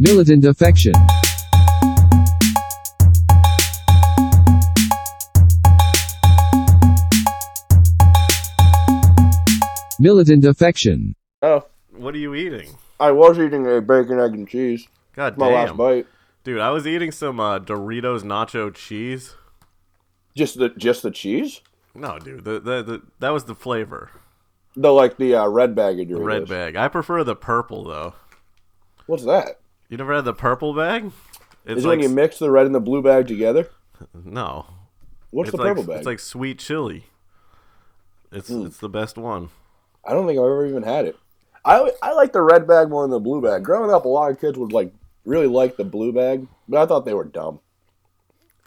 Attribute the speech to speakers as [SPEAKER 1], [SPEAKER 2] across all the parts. [SPEAKER 1] militant affection. Militant affection.
[SPEAKER 2] Oh,
[SPEAKER 3] What are you eating?
[SPEAKER 2] I was eating a bacon, egg, and cheese.
[SPEAKER 3] God
[SPEAKER 2] My
[SPEAKER 3] damn.
[SPEAKER 2] last bite.
[SPEAKER 3] Dude, I was eating some uh, Doritos nacho cheese.
[SPEAKER 2] Just the just the cheese.
[SPEAKER 3] No, dude, the, the, the that was the flavor.
[SPEAKER 2] The like the uh, red bag of Doritos.
[SPEAKER 3] Red bag. I prefer the purple though.
[SPEAKER 2] What's that?
[SPEAKER 3] You never had the purple bag? It's
[SPEAKER 2] Is it when you mix the red and the blue bag together?
[SPEAKER 3] no.
[SPEAKER 2] What's
[SPEAKER 3] It's
[SPEAKER 2] the
[SPEAKER 3] like
[SPEAKER 2] purple bag? Hmm.
[SPEAKER 3] it's like sweet chili. It's it's the best one.
[SPEAKER 2] I don't think I've ever even had it. I al- I like the red bag more than the blue bag. Growing up, a lot of kids would like really like the blue bag, but I thought they were dumb.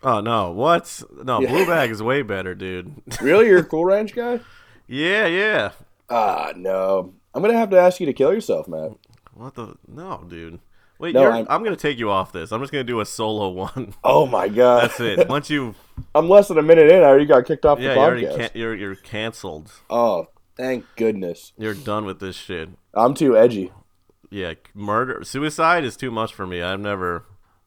[SPEAKER 3] Oh no, what? No,
[SPEAKER 2] Yeah.
[SPEAKER 3] blue bag is way better, dude.
[SPEAKER 2] Really, you're a Cool Ranch guy?
[SPEAKER 3] yeah, yeah.
[SPEAKER 2] Ah, no. I'm gonna have to ask you to kill yourself, Matt.
[SPEAKER 3] What the? No, dude. Wait,
[SPEAKER 2] No,
[SPEAKER 3] you're,
[SPEAKER 2] I'm-
[SPEAKER 3] I'm, gonna take you off this. I'm just gonna do a solo one.
[SPEAKER 2] Oh my god!
[SPEAKER 3] That's it. Once you,
[SPEAKER 2] I'm less than a minute in. I already got kicked off
[SPEAKER 3] yeah,
[SPEAKER 2] the
[SPEAKER 3] you
[SPEAKER 2] podcast.
[SPEAKER 3] already can't. You're you're canceled.
[SPEAKER 2] Oh, thank goodness.
[SPEAKER 3] You're done with this shit.
[SPEAKER 2] I'm too edgy.
[SPEAKER 3] Yeah, murder, suicide is too much for me. I've never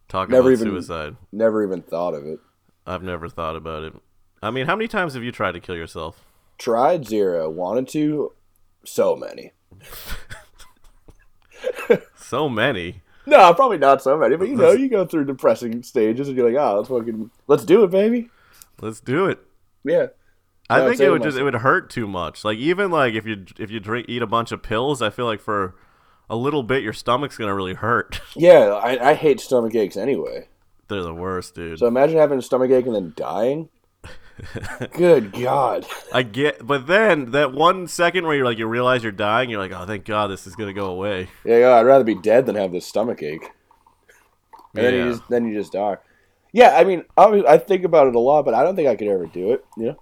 [SPEAKER 3] talked
[SPEAKER 2] Never
[SPEAKER 3] about
[SPEAKER 2] even-
[SPEAKER 3] suicide.
[SPEAKER 2] Never even thought of it.
[SPEAKER 3] I've never thought about it. I mean, how many times have you tried to kill yourself?
[SPEAKER 2] Tried zero. Wanted to. So many.
[SPEAKER 3] So many.
[SPEAKER 2] No, probably not so many, but you know, you go through depressing stages and you're like, ah, let's fucking, let's do it, baby.
[SPEAKER 3] Let's do it.
[SPEAKER 2] Yeah. No,
[SPEAKER 3] I think
[SPEAKER 2] save
[SPEAKER 3] it would
[SPEAKER 2] myself.
[SPEAKER 3] just it would hurt too much. Like even like if you if you drink eat a bunch of pills, I feel like for a little bit your stomach's gonna really hurt.
[SPEAKER 2] Yeah, I, I hate stomach aches anyway.
[SPEAKER 3] They're the worst, dude.
[SPEAKER 2] So imagine having a stomach ache and then dying. Good God.
[SPEAKER 3] I get, but then that one second where you're like you realize you're dying, you're like, oh thank God this is gonna go away.
[SPEAKER 2] Yeah, yeah, I'd rather be dead than have this stomach ache. And then
[SPEAKER 3] Yeah.
[SPEAKER 2] you just then you just die. Yeah, I mean, I, I think about it a lot, but I don't think I could ever do it. You know?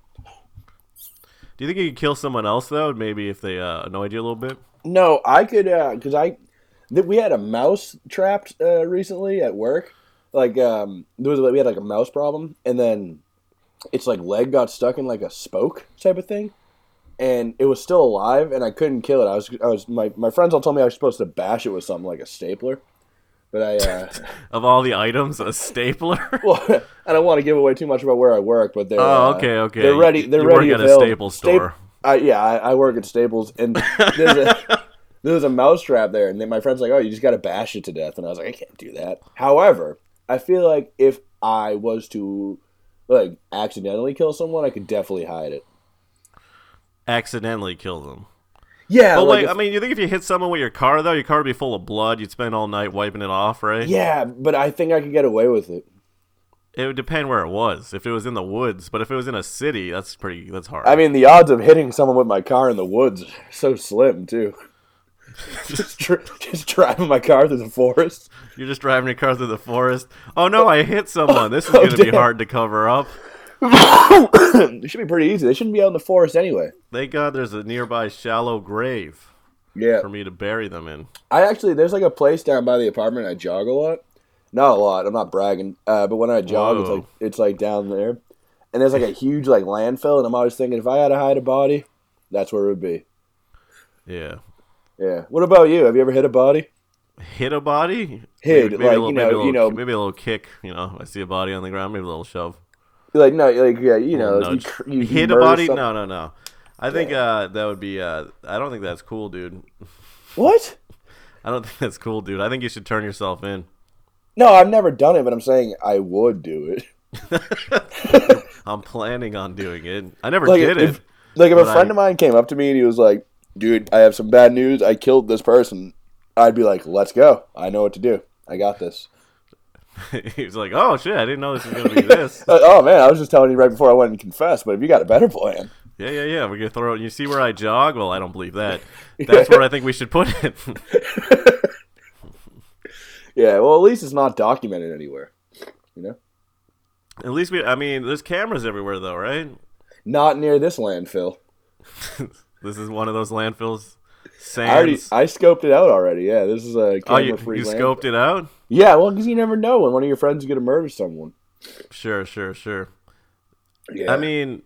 [SPEAKER 3] Do you think you could kill someone else though? Maybe if they uh, annoyed you a little bit.
[SPEAKER 2] No, I could because I th- we had a mouse trapped uh, recently at work. Like um, there was we had like a mouse problem, and then its like leg got stuck in like a spoke type of thing, and it was still alive, and I couldn't kill it. I was I was my my friends all told me I was supposed to bash it with something like a stapler, but I. Uh,
[SPEAKER 3] Of all the items, a stapler.
[SPEAKER 2] Well, I don't want to give away too much about where I work, but they're
[SPEAKER 3] Oh,
[SPEAKER 2] uh,
[SPEAKER 3] okay, okay.
[SPEAKER 2] They're ready.
[SPEAKER 3] You-
[SPEAKER 2] They're
[SPEAKER 3] you work
[SPEAKER 2] ready
[SPEAKER 3] at a
[SPEAKER 2] available.
[SPEAKER 3] Staples
[SPEAKER 2] Sta-
[SPEAKER 3] store.
[SPEAKER 2] I- yeah, I, I work at Staples, and there's a there's a mouse trap there, and then my friend's like, "Oh, you just got to bash it to death," and I was like, "I can't do that." However, I feel like if I was to like accidentally kill someone, I could definitely hide it.
[SPEAKER 3] accidentally kill them.
[SPEAKER 2] Yeah,
[SPEAKER 3] But
[SPEAKER 2] like
[SPEAKER 3] like,
[SPEAKER 2] if-
[SPEAKER 3] I mean, you think if you hit someone with your car though, your car would be full of blood. You'd spend all night wiping it off, right?
[SPEAKER 2] yeah, but I think I could get away with it.
[SPEAKER 3] It would depend where it was. If it was in the woods, but if it was in a city, that's pretty. That's hard.
[SPEAKER 2] I mean, the odds of hitting someone with my car in the woods are so slim, too. just, dri just driving my car through the forest.
[SPEAKER 3] You're just driving your car through the forest. Oh no, I hit someone. This is
[SPEAKER 2] Oh,
[SPEAKER 3] going to be
[SPEAKER 2] damn.
[SPEAKER 3] hard to cover up.
[SPEAKER 2] it should be pretty easy. They shouldn't be out in the forest anyway.
[SPEAKER 3] Thank God there's a nearby shallow grave
[SPEAKER 2] Yeah.
[SPEAKER 3] for me to bury them in.
[SPEAKER 2] I actually, there's like a place down by the apartment. I jog a lot. Not a lot. I'm not bragging. Uh, but when I jog, it's
[SPEAKER 3] Whoa.
[SPEAKER 2] like it's like down there, and there's like a huge like landfill. And I'm always thinking, if I had to hide a body, that's where it would be.
[SPEAKER 3] Yeah.
[SPEAKER 2] Yeah. What about you? Have you ever hit a body?
[SPEAKER 3] Hit a body?
[SPEAKER 2] Hit, like, you know-
[SPEAKER 3] maybe a little,
[SPEAKER 2] you know-
[SPEAKER 3] maybe a little kick. You know, I see a body on the ground, maybe a little shove.
[SPEAKER 2] Like no, like yeah, you know,
[SPEAKER 3] No,
[SPEAKER 2] you,
[SPEAKER 3] just-
[SPEAKER 2] cr- you, you
[SPEAKER 3] hit a
[SPEAKER 2] murder
[SPEAKER 3] body?
[SPEAKER 2] some-
[SPEAKER 3] No, no, no. I think uh, that would be. Uh, I don't think that's cool, dude.
[SPEAKER 2] What?
[SPEAKER 3] I don't think that's cool, dude. I think you should turn yourself in.
[SPEAKER 2] No, I've never done it, but I'm saying I would do it.
[SPEAKER 3] I'm planning on doing it. I never
[SPEAKER 2] Like
[SPEAKER 3] did
[SPEAKER 2] if,
[SPEAKER 3] it.
[SPEAKER 2] like if a
[SPEAKER 3] but
[SPEAKER 2] friend
[SPEAKER 3] I-
[SPEAKER 2] of mine came up to me and he was like, "Dude, I have some bad news. I killed this person." I'd be like, "Let's go. I know what to do. I got this."
[SPEAKER 3] he was like, "Oh shit, I didn't know this was gonna be this."
[SPEAKER 2] Uh, oh man, I was just telling you right before I went and confessed, but if you got a better plan,
[SPEAKER 3] Yeah, yeah, yeah. We're gonna throw it. You see where I jog? Well, I don't believe that. That's where I think we should put it.
[SPEAKER 2] yeah. Well, at least it's not documented anywhere. You know,
[SPEAKER 3] At least we. I mean, there's cameras everywhere, though, right?
[SPEAKER 2] not near this landfill.
[SPEAKER 3] This is one of those landfills.
[SPEAKER 2] I already,
[SPEAKER 3] Sands.
[SPEAKER 2] I scoped it out already. Yeah, this is a
[SPEAKER 3] oh, you,
[SPEAKER 2] camera-free
[SPEAKER 3] you
[SPEAKER 2] landfill.
[SPEAKER 3] scoped it out?
[SPEAKER 2] Yeah, well, because you never know when one of your friends is gonna murder someone.
[SPEAKER 3] Sure, sure, sure.
[SPEAKER 2] Yeah.
[SPEAKER 3] I mean,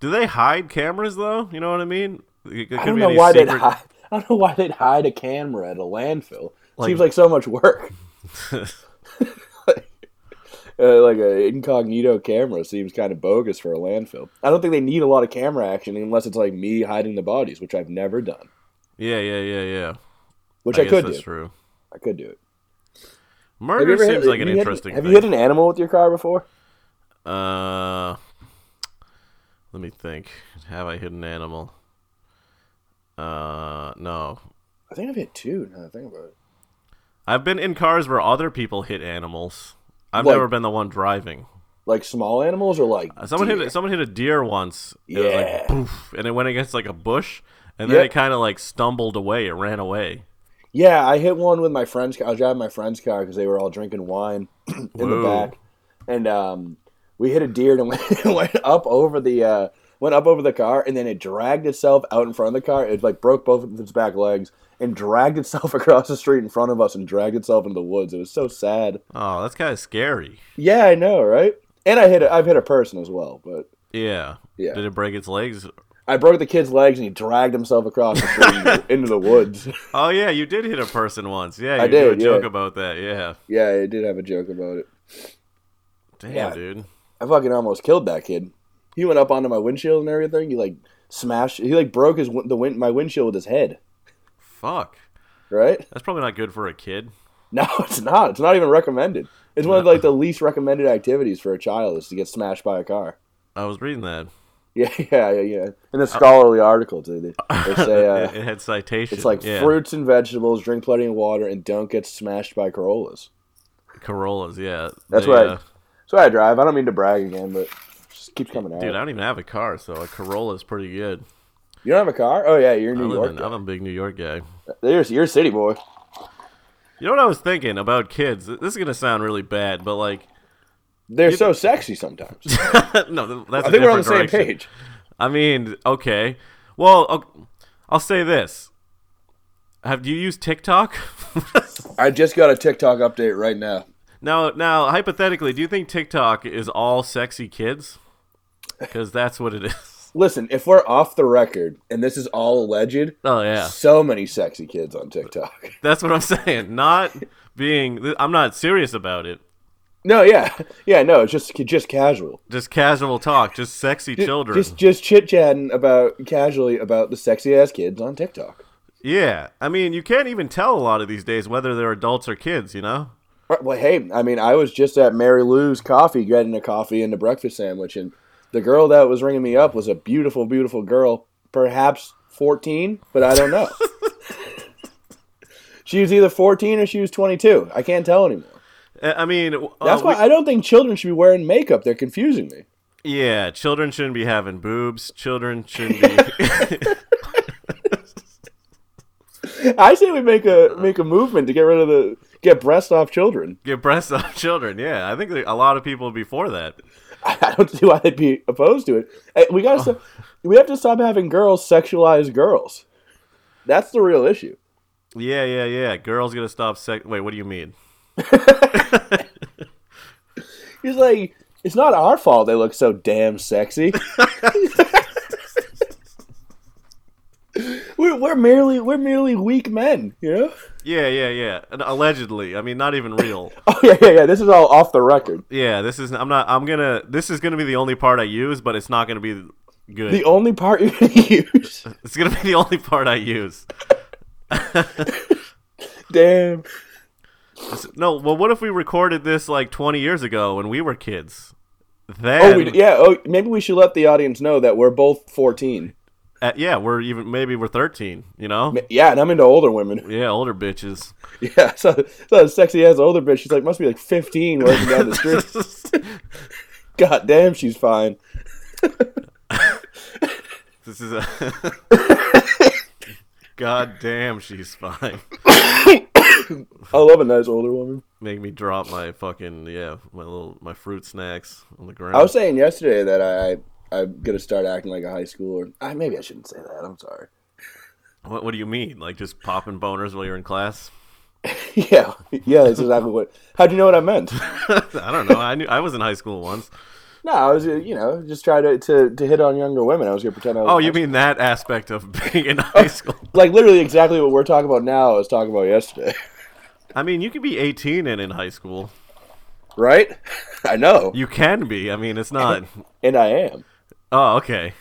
[SPEAKER 3] do they hide cameras though? You know what I mean? It- it
[SPEAKER 2] I
[SPEAKER 3] could
[SPEAKER 2] don't
[SPEAKER 3] be
[SPEAKER 2] know
[SPEAKER 3] any
[SPEAKER 2] why they'd
[SPEAKER 3] secret-
[SPEAKER 2] hide. I don't know why they'd hide a camera at a landfill.
[SPEAKER 3] Like-
[SPEAKER 2] Seems like so much work. uh, like a incognito camera seems kind of bogus for a landfill. I don't think they need a lot of camera action unless it's like me hiding the bodies, which I've never done.
[SPEAKER 3] Yeah, yeah, yeah, yeah.
[SPEAKER 2] Which I,
[SPEAKER 3] guess
[SPEAKER 2] could
[SPEAKER 3] that's
[SPEAKER 2] do.
[SPEAKER 3] true.
[SPEAKER 2] I could do it. Have you
[SPEAKER 3] Murder
[SPEAKER 2] ever hit-
[SPEAKER 3] seems like
[SPEAKER 2] have
[SPEAKER 3] an
[SPEAKER 2] you hit-
[SPEAKER 3] interesting
[SPEAKER 2] Have
[SPEAKER 3] thing.
[SPEAKER 2] you hit an animal with your car before?
[SPEAKER 3] Uh, let me think. Have I hit an animal? Uh, no.
[SPEAKER 2] I think I've hit two. Now that I think about it.
[SPEAKER 3] I've been in cars where other people hit animals. I've
[SPEAKER 2] Like-
[SPEAKER 3] never been the one driving.
[SPEAKER 2] Like small animals or like
[SPEAKER 3] Uh, Someone
[SPEAKER 2] deer?
[SPEAKER 3] hit someone hit a deer once. It was
[SPEAKER 2] Yeah.
[SPEAKER 3] like poof, and it went against like a bush, and then
[SPEAKER 2] Yep.
[SPEAKER 3] it kind of like stumbled away. It ran away.
[SPEAKER 2] Yeah, I hit one with my friend's car. I was driving my friend's car because they were all drinking wine in
[SPEAKER 3] Whoa.
[SPEAKER 2] the back, and um, we hit a deer and it went, it went up over the uh, went up over the car, and then it dragged itself out in front of the car. It like broke both of its back legs and dragged itself across the street in front of us and dragged itself into the woods. It was so sad.
[SPEAKER 3] Oh, that's kind of scary.
[SPEAKER 2] Yeah, I know, right? And I hit a, I've hit a person as well, but
[SPEAKER 3] Yeah.
[SPEAKER 2] Yeah.
[SPEAKER 3] Did it break its legs?
[SPEAKER 2] I broke the kid's legs and he dragged himself across the street into- into the woods.
[SPEAKER 3] Oh yeah, you did hit a person once. Yeah, you
[SPEAKER 2] I
[SPEAKER 3] do a
[SPEAKER 2] did, yeah.
[SPEAKER 3] joke about that. Yeah.
[SPEAKER 2] Yeah, I did have a joke about it.
[SPEAKER 3] Damn,
[SPEAKER 2] Yeah.
[SPEAKER 3] dude.
[SPEAKER 2] I fucking almost killed that kid. He went up onto my windshield and everything. He like smashed. He like broke his win- the win- my windshield with his head.
[SPEAKER 3] Fuck.
[SPEAKER 2] Right?
[SPEAKER 3] That's probably not good for a kid.
[SPEAKER 2] No, it's not. It's not even recommended. It's one of like the least recommended activities for a child is to get smashed by a car.
[SPEAKER 3] I was reading that.
[SPEAKER 2] Yeah, yeah, yeah. yeah. In a scholarly article, they, they say uh,
[SPEAKER 3] it, it had citation.
[SPEAKER 2] it's like
[SPEAKER 3] yeah.
[SPEAKER 2] fruits and vegetables, drink plenty of water, and don't get smashed by Corollas.
[SPEAKER 3] Corollas. Yeah.
[SPEAKER 2] That's
[SPEAKER 3] They,
[SPEAKER 2] right.
[SPEAKER 3] uh,
[SPEAKER 2] That's why I drive. I don't mean to brag again, but it just keeps coming out.
[SPEAKER 3] Dude, I don't even have a car, so a Corolla's pretty good.
[SPEAKER 2] you don't have a car? Oh yeah, you're in
[SPEAKER 3] I
[SPEAKER 2] New
[SPEAKER 3] live
[SPEAKER 2] York.
[SPEAKER 3] in, I'm a big New York guy.
[SPEAKER 2] You're, you're a city boy.
[SPEAKER 3] You know what I was thinking about kids? This is gonna sound really bad, but like,
[SPEAKER 2] They're so sexy sometimes.
[SPEAKER 3] no, th- that's
[SPEAKER 2] I
[SPEAKER 3] a
[SPEAKER 2] think we're on the
[SPEAKER 3] different
[SPEAKER 2] same
[SPEAKER 3] direction.
[SPEAKER 2] page.
[SPEAKER 3] I mean, okay. Well, o- I'll say this. Have do you used TikTok?
[SPEAKER 2] I just got a TikTok update right now.
[SPEAKER 3] now, now, hypothetically, do you think TikTok is all sexy kids? Because that's what it is.
[SPEAKER 2] Listen, if we're off the record and this is all alleged,
[SPEAKER 3] Oh yeah,
[SPEAKER 2] so many sexy kids on TikTok.
[SPEAKER 3] that's what I'm saying. Not being, th- I'm not serious about it.
[SPEAKER 2] No, yeah, yeah, no, it's just just casual,
[SPEAKER 3] Just casual talk, just sexy
[SPEAKER 2] Ju-
[SPEAKER 3] children.
[SPEAKER 2] just just chit chatting about casually about the sexy ass kids on TikTok.
[SPEAKER 3] Yeah, I mean, you can't even tell a lot of these days whether they're adults or kids. You know?
[SPEAKER 2] Right, Well, hey, I mean, I was just at Mary Lou's Coffee getting a coffee and a breakfast sandwich, and the girl that was ringing me up was a beautiful, beautiful girl, perhaps 14, but I don't know. she was either 14 or she was 22. I can't tell anymore.
[SPEAKER 3] Uh, I mean, uh,
[SPEAKER 2] That's why
[SPEAKER 3] we-
[SPEAKER 2] I don't think children should be wearing makeup. They're confusing me.
[SPEAKER 3] yeah, children shouldn't be having boobs. Children shouldn't be.
[SPEAKER 2] I say we make a make a movement to get rid of the get breast off children.
[SPEAKER 3] Get breasts on children. Yeah, I think there- a lot of people before that.
[SPEAKER 2] I don't see why they'd be opposed to it. Hey, We gotta stop, we have to stop having girls sexualize girls. That's the real issue.
[SPEAKER 3] Yeah, yeah, yeah. Girls gonna stop sex. Wait, what do you mean?
[SPEAKER 2] He's like, it's not our fault they look so damn sexy. we're, we're merely we're merely weak men, you know.
[SPEAKER 3] Yeah, yeah, yeah. And allegedly, I mean, not even real.
[SPEAKER 2] Oh yeah, yeah, yeah. This is all off the record.
[SPEAKER 3] yeah, this is. I'm not. I'm gonna. This is gonna be the only part I use, but it's not gonna be good.
[SPEAKER 2] The only part you can use.
[SPEAKER 3] it's gonna be the only part I use.
[SPEAKER 2] Damn.
[SPEAKER 3] No, well, what if we recorded this like 20 years ago when we were kids? Then,
[SPEAKER 2] Oh, we, yeah. Oh, maybe we should let the audience know that we're both fourteen.
[SPEAKER 3] uh, yeah, we're even maybe we're 13. You know,
[SPEAKER 2] Yeah, and I'm into older women.
[SPEAKER 3] yeah, older bitches.
[SPEAKER 2] Yeah, so so sexy ass older bitch. She's like, must be like fifteen working down the street. God damn, she's fine.
[SPEAKER 3] this is a. God damn, she's fine.
[SPEAKER 2] I love a nice older woman.
[SPEAKER 3] Make me drop my fucking yeah, my little my fruit snacks on the ground.
[SPEAKER 2] I was saying yesterday that I, I I'm gonna start acting like a high schooler. I, maybe I shouldn't say that. I'm sorry.
[SPEAKER 3] what, what do you mean? Like just popping boners while you're in class?
[SPEAKER 2] Yeah, yeah, that's exactly what. How'd you know what I meant?
[SPEAKER 3] I don't know. I knew I was in high school once.
[SPEAKER 2] No, I was uh, you know just trying to, to to hit on younger women. I was gonna pretend I was.
[SPEAKER 3] Oh, you mean that aspect of being in high school?
[SPEAKER 2] like literally exactly what we're talking about now? I was talking about yesterday.
[SPEAKER 3] I mean, you could be 18 and in high school.
[SPEAKER 2] right? I know,
[SPEAKER 3] You can be. I mean, it's not.
[SPEAKER 2] and I am.
[SPEAKER 3] Oh, okay.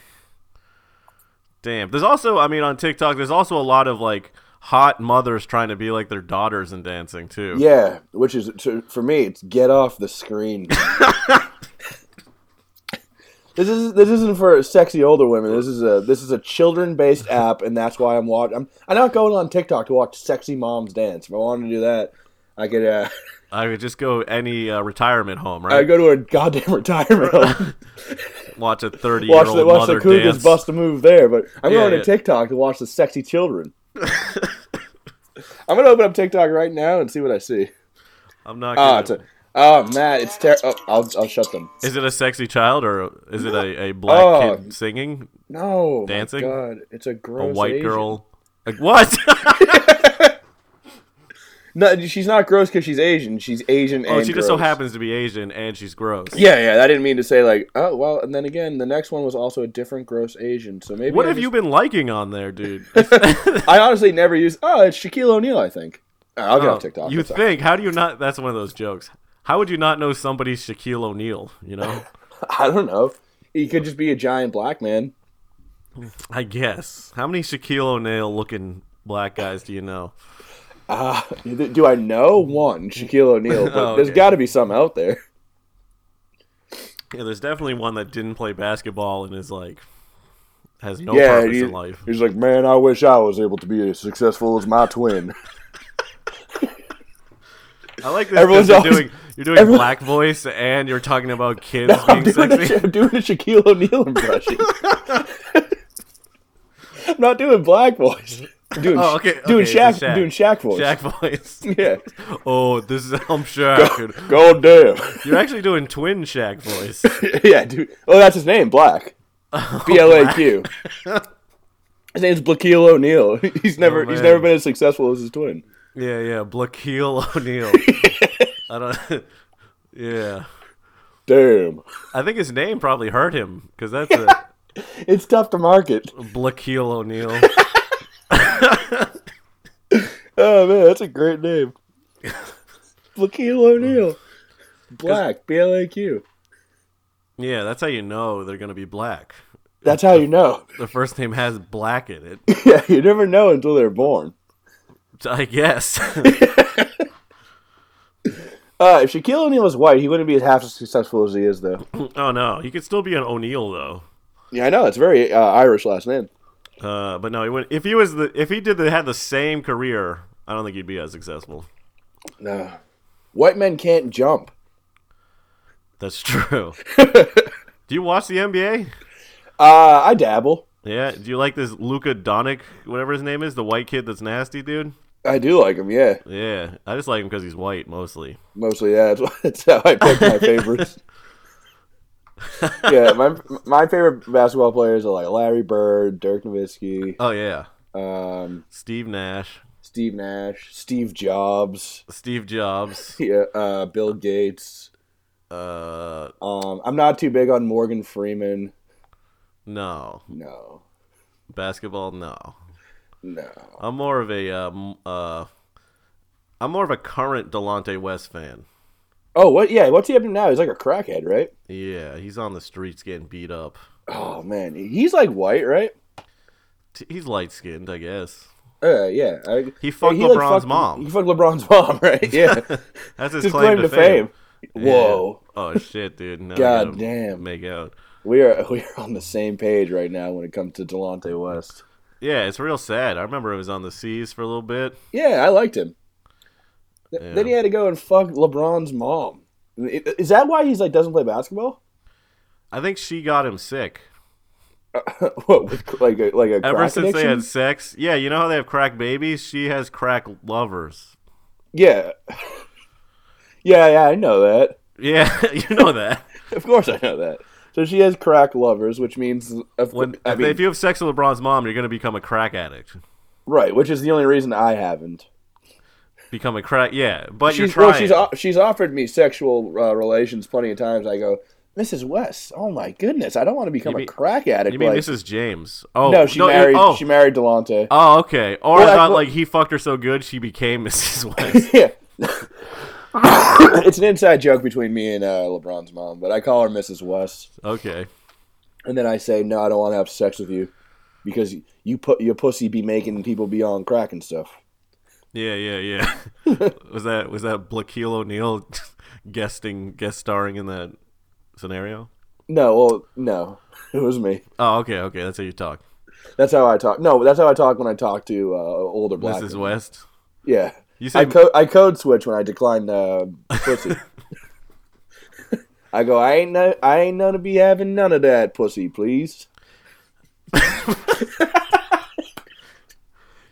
[SPEAKER 3] Damn. There's also, I mean, on TikTok, there's also a lot of like hot mothers trying to be like their daughters and dancing too.
[SPEAKER 2] Yeah, which is to, for me, it's get off the screen. this is this isn't for sexy older women. This is a this is a children based app, and that's why I'm watching. I'm, I'm not going on TikTok to watch sexy moms dance. If I wanted to do that, I could. Uh,
[SPEAKER 3] I would just go any uh, retirement home,
[SPEAKER 2] I
[SPEAKER 3] right?
[SPEAKER 2] go to a goddamn retirement home.
[SPEAKER 3] watch a 30 year
[SPEAKER 2] watch the
[SPEAKER 3] old
[SPEAKER 2] watch the
[SPEAKER 3] mother
[SPEAKER 2] cougars
[SPEAKER 3] dance.
[SPEAKER 2] bust a move there, but I'm
[SPEAKER 3] Yeah,
[SPEAKER 2] going
[SPEAKER 3] yeah.
[SPEAKER 2] to TikTok to watch the sexy children. I'm gonna open up TikTok right now and see what I see.
[SPEAKER 3] I'm not.
[SPEAKER 2] Ah,
[SPEAKER 3] gonna-
[SPEAKER 2] it's a, oh Matt, it's terrible. Oh, I'll I'll shut them.
[SPEAKER 3] Is it a sexy child or is it a, a black
[SPEAKER 2] Oh.
[SPEAKER 3] kid singing?
[SPEAKER 2] No, my
[SPEAKER 3] Dancing?
[SPEAKER 2] God, it's a
[SPEAKER 3] A
[SPEAKER 2] gross
[SPEAKER 3] white
[SPEAKER 2] Asian.
[SPEAKER 3] girl? Like, what? Oh,
[SPEAKER 2] No, she's not gross because she's Asian. She's Asian.
[SPEAKER 3] oh,
[SPEAKER 2] and
[SPEAKER 3] she just so
[SPEAKER 2] gross.
[SPEAKER 3] happens to be Asian and she's gross.
[SPEAKER 2] Yeah, yeah. I didn't mean to say like, oh well. And then again, the next one was also a different gross Asian. So maybe
[SPEAKER 3] What
[SPEAKER 2] I
[SPEAKER 3] have
[SPEAKER 2] just-
[SPEAKER 3] you been liking on there, dude?
[SPEAKER 2] I honestly never used. Oh, it's Shaquille O'Neal. I think. Uh, I'll get
[SPEAKER 3] Oh,
[SPEAKER 2] off TikTok.
[SPEAKER 3] You
[SPEAKER 2] It's all-
[SPEAKER 3] think? How do you not? That's one of those jokes. How would you not know somebody's Shaquille O'Neal? You know,
[SPEAKER 2] I don't know. He could just be a giant black man.
[SPEAKER 3] I guess. How many Shaquille O'Neal looking black guys do you know?
[SPEAKER 2] Uh, do I know one Shaquille O'Neal? But
[SPEAKER 3] Oh,
[SPEAKER 2] there's
[SPEAKER 3] okay.
[SPEAKER 2] got to be some out there.
[SPEAKER 3] Yeah, there's definitely one that didn't play basketball and is like has no
[SPEAKER 2] yeah,
[SPEAKER 3] purpose
[SPEAKER 2] he-
[SPEAKER 3] in life.
[SPEAKER 2] he's like, man, I wish I was able to be as successful as my twin.
[SPEAKER 3] I like this. 'cause
[SPEAKER 2] everyone's
[SPEAKER 3] you're
[SPEAKER 2] always-
[SPEAKER 3] doing you're doing
[SPEAKER 2] everyone-
[SPEAKER 3] black voice and you're talking about kids
[SPEAKER 2] I'm
[SPEAKER 3] being
[SPEAKER 2] doing, a,
[SPEAKER 3] sexy.
[SPEAKER 2] I'm doing a Shaquille O'Neal impression. I'm not doing black voice. I'm doing,
[SPEAKER 3] Oh, okay.
[SPEAKER 2] doing
[SPEAKER 3] okay,
[SPEAKER 2] Shaq,
[SPEAKER 3] it's a Shaq.
[SPEAKER 2] doing Shaq voice.
[SPEAKER 3] Shaq voice.
[SPEAKER 2] Yeah.
[SPEAKER 3] Oh, this is I'm Shaq.
[SPEAKER 2] God damn.
[SPEAKER 3] You're actually doing twin Shaq voice.
[SPEAKER 2] yeah, dude. Oh, that's his name, Black. B L A Q. His name's Blaquille O'Neal. He's never he's
[SPEAKER 3] man.
[SPEAKER 2] never been as successful as his twin.
[SPEAKER 3] Yeah, yeah, Blaqueel O'Neal. I don't. Yeah,
[SPEAKER 2] Damn.
[SPEAKER 3] I think his name probably hurt him because that's a
[SPEAKER 2] It's tough to market.
[SPEAKER 3] Blaqueel O'Neal.
[SPEAKER 2] Oh man, that's a great name. Blaquille O'Neal. Black. B L A Q.
[SPEAKER 3] Yeah, that's how you know they're gonna be black.
[SPEAKER 2] That's how you know.
[SPEAKER 3] The first name has black in it,
[SPEAKER 2] yeah, you never know until they're born.
[SPEAKER 3] I guess.
[SPEAKER 2] Uh, if Shaquille O'Neal was white, he wouldn't be as half as successful as he is, though.
[SPEAKER 3] oh no, he could still be an O'Neal though.
[SPEAKER 2] Yeah, I know. It's very uh, Irish last name.
[SPEAKER 3] Uh, but no, he wouldn't. If he was the if he did the, had the same career, I don't think he'd be as successful.
[SPEAKER 2] No. White men can't jump.
[SPEAKER 3] That's true. Do you watch the NBA?
[SPEAKER 2] Uh, I dabble.
[SPEAKER 3] Yeah. Do you like this Luka Doncic, whatever his name is, the white kid that's nasty, dude?
[SPEAKER 2] I do like him, yeah.
[SPEAKER 3] Yeah, I just like him because he's white mostly.
[SPEAKER 2] Mostly, yeah. That's, that's how I pick my favorites. yeah, my my favorite basketball players are like Larry Bird, Dirk Nowitzki,
[SPEAKER 3] Oh yeah,
[SPEAKER 2] um,
[SPEAKER 3] Steve Nash,
[SPEAKER 2] Steve Nash, Steve Jobs,
[SPEAKER 3] Steve Jobs.
[SPEAKER 2] yeah, uh, Bill Gates.
[SPEAKER 3] Uh,
[SPEAKER 2] Um, I'm not too big on Morgan Freeman.
[SPEAKER 3] no,
[SPEAKER 2] No,
[SPEAKER 3] basketball, no.
[SPEAKER 2] no.
[SPEAKER 3] I'm more of a um, uh, I'm more of a current Delonte West fan.
[SPEAKER 2] Oh, what? Yeah, what's he up to now? He's like a crackhead, right?
[SPEAKER 3] Yeah, he's on the streets getting beat up.
[SPEAKER 2] Oh man, he's like white, right?
[SPEAKER 3] T- He's light skinned, I guess.
[SPEAKER 2] Uh, yeah. I,
[SPEAKER 3] He fucked
[SPEAKER 2] like,
[SPEAKER 3] LeBron's
[SPEAKER 2] fucked-
[SPEAKER 3] mom.
[SPEAKER 2] He fucked LeBron's mom, right? Yeah.
[SPEAKER 3] That's his,
[SPEAKER 2] His
[SPEAKER 3] claim, to fame. Yeah.
[SPEAKER 2] Whoa,
[SPEAKER 3] Oh shit, dude! Now we
[SPEAKER 2] God
[SPEAKER 3] gotta
[SPEAKER 2] damn.
[SPEAKER 3] Make out.
[SPEAKER 2] we are we are on the same page right now when it comes to Delonte West.
[SPEAKER 3] Yeah, it's real sad. I remember it was on the seas for a little bit.
[SPEAKER 2] Yeah, I liked him. Th-
[SPEAKER 3] Yeah.
[SPEAKER 2] Then he had to go and fuck LeBron's mom. I- Is that why he's like doesn't play basketball?
[SPEAKER 3] I think she got him sick.
[SPEAKER 2] what with like a, like a
[SPEAKER 3] Ever
[SPEAKER 2] crack
[SPEAKER 3] since they
[SPEAKER 2] addiction?
[SPEAKER 3] had sex, yeah, you know how they have crack babies. She has crack lovers.
[SPEAKER 2] Yeah. yeah, yeah, I know that.
[SPEAKER 3] Yeah, you know that.
[SPEAKER 2] Of course, I know that. So she has crack lovers, which means of
[SPEAKER 3] When
[SPEAKER 2] I
[SPEAKER 3] if-
[SPEAKER 2] mean,
[SPEAKER 3] if you have sex with LeBron's mom, you're gonna become a crack addict.
[SPEAKER 2] right, which is the only reason I haven't.
[SPEAKER 3] Become a crack. Yeah, but you're
[SPEAKER 2] She's,
[SPEAKER 3] trying.
[SPEAKER 2] well, she's o- she's offered me sexual uh, relations plenty of times. I go, Mrs. West, oh my goodness, I don't want to become
[SPEAKER 3] You mean-
[SPEAKER 2] a crack addict.
[SPEAKER 3] you mean
[SPEAKER 2] like-
[SPEAKER 3] this is James? Oh
[SPEAKER 2] no, she
[SPEAKER 3] you-
[SPEAKER 2] married
[SPEAKER 3] Oh,
[SPEAKER 2] she married Delonte.
[SPEAKER 3] oh, okay. Or
[SPEAKER 2] Well,
[SPEAKER 3] I
[SPEAKER 2] I- well-
[SPEAKER 3] thought like he fucked her so good she became Mrs. West.
[SPEAKER 2] yeah, it's an inside joke between me and uh, LeBron's mom, but I call her Mrs. West,
[SPEAKER 3] Okay.
[SPEAKER 2] and then I say, "No, I don't want to have sex with you because you put your pussy be making people be on crack and stuff."
[SPEAKER 3] Yeah, yeah, yeah. was that was that Blaquille O'Neal guesting guest starring in that scenario?
[SPEAKER 2] No, well, no, it was me.
[SPEAKER 3] Oh, okay, okay. That's how you talk,
[SPEAKER 2] That's how I talk. No, that's how I talk when I talk to uh, older black.
[SPEAKER 3] Mrs.
[SPEAKER 2] women.
[SPEAKER 3] West.
[SPEAKER 2] Yeah,
[SPEAKER 3] You say
[SPEAKER 2] I, co- I code switch when I decline uh, pussy. I go, I ain't no, I ain't gonna be having none of that pussy, please.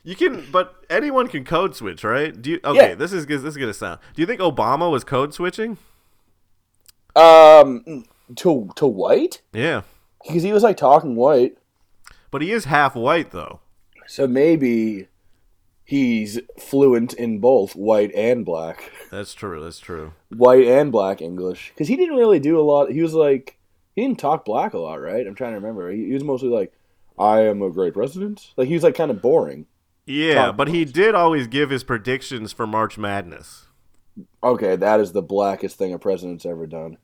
[SPEAKER 3] you can, but anyone can code switch, right? Do you? Okay,
[SPEAKER 2] Yeah.
[SPEAKER 3] this is this is gonna sound. Do you think Obama was code switching?
[SPEAKER 2] Um, to to white
[SPEAKER 3] Yeah,
[SPEAKER 2] because he was like talking white,
[SPEAKER 3] but he is half white though.
[SPEAKER 2] so maybe he's fluent in both white and black,
[SPEAKER 3] That's true. That's true.
[SPEAKER 2] white and black English. Because he didn't really do a lot. He was like he didn't talk black a lot, right? I'm trying to remember. He, he was mostly like, I am a great president. Like he was like kind of boring.
[SPEAKER 3] Yeah,
[SPEAKER 2] Talk
[SPEAKER 3] but he did always give his predictions for March Madness.
[SPEAKER 2] Okay, that is the blackest thing a president's ever done.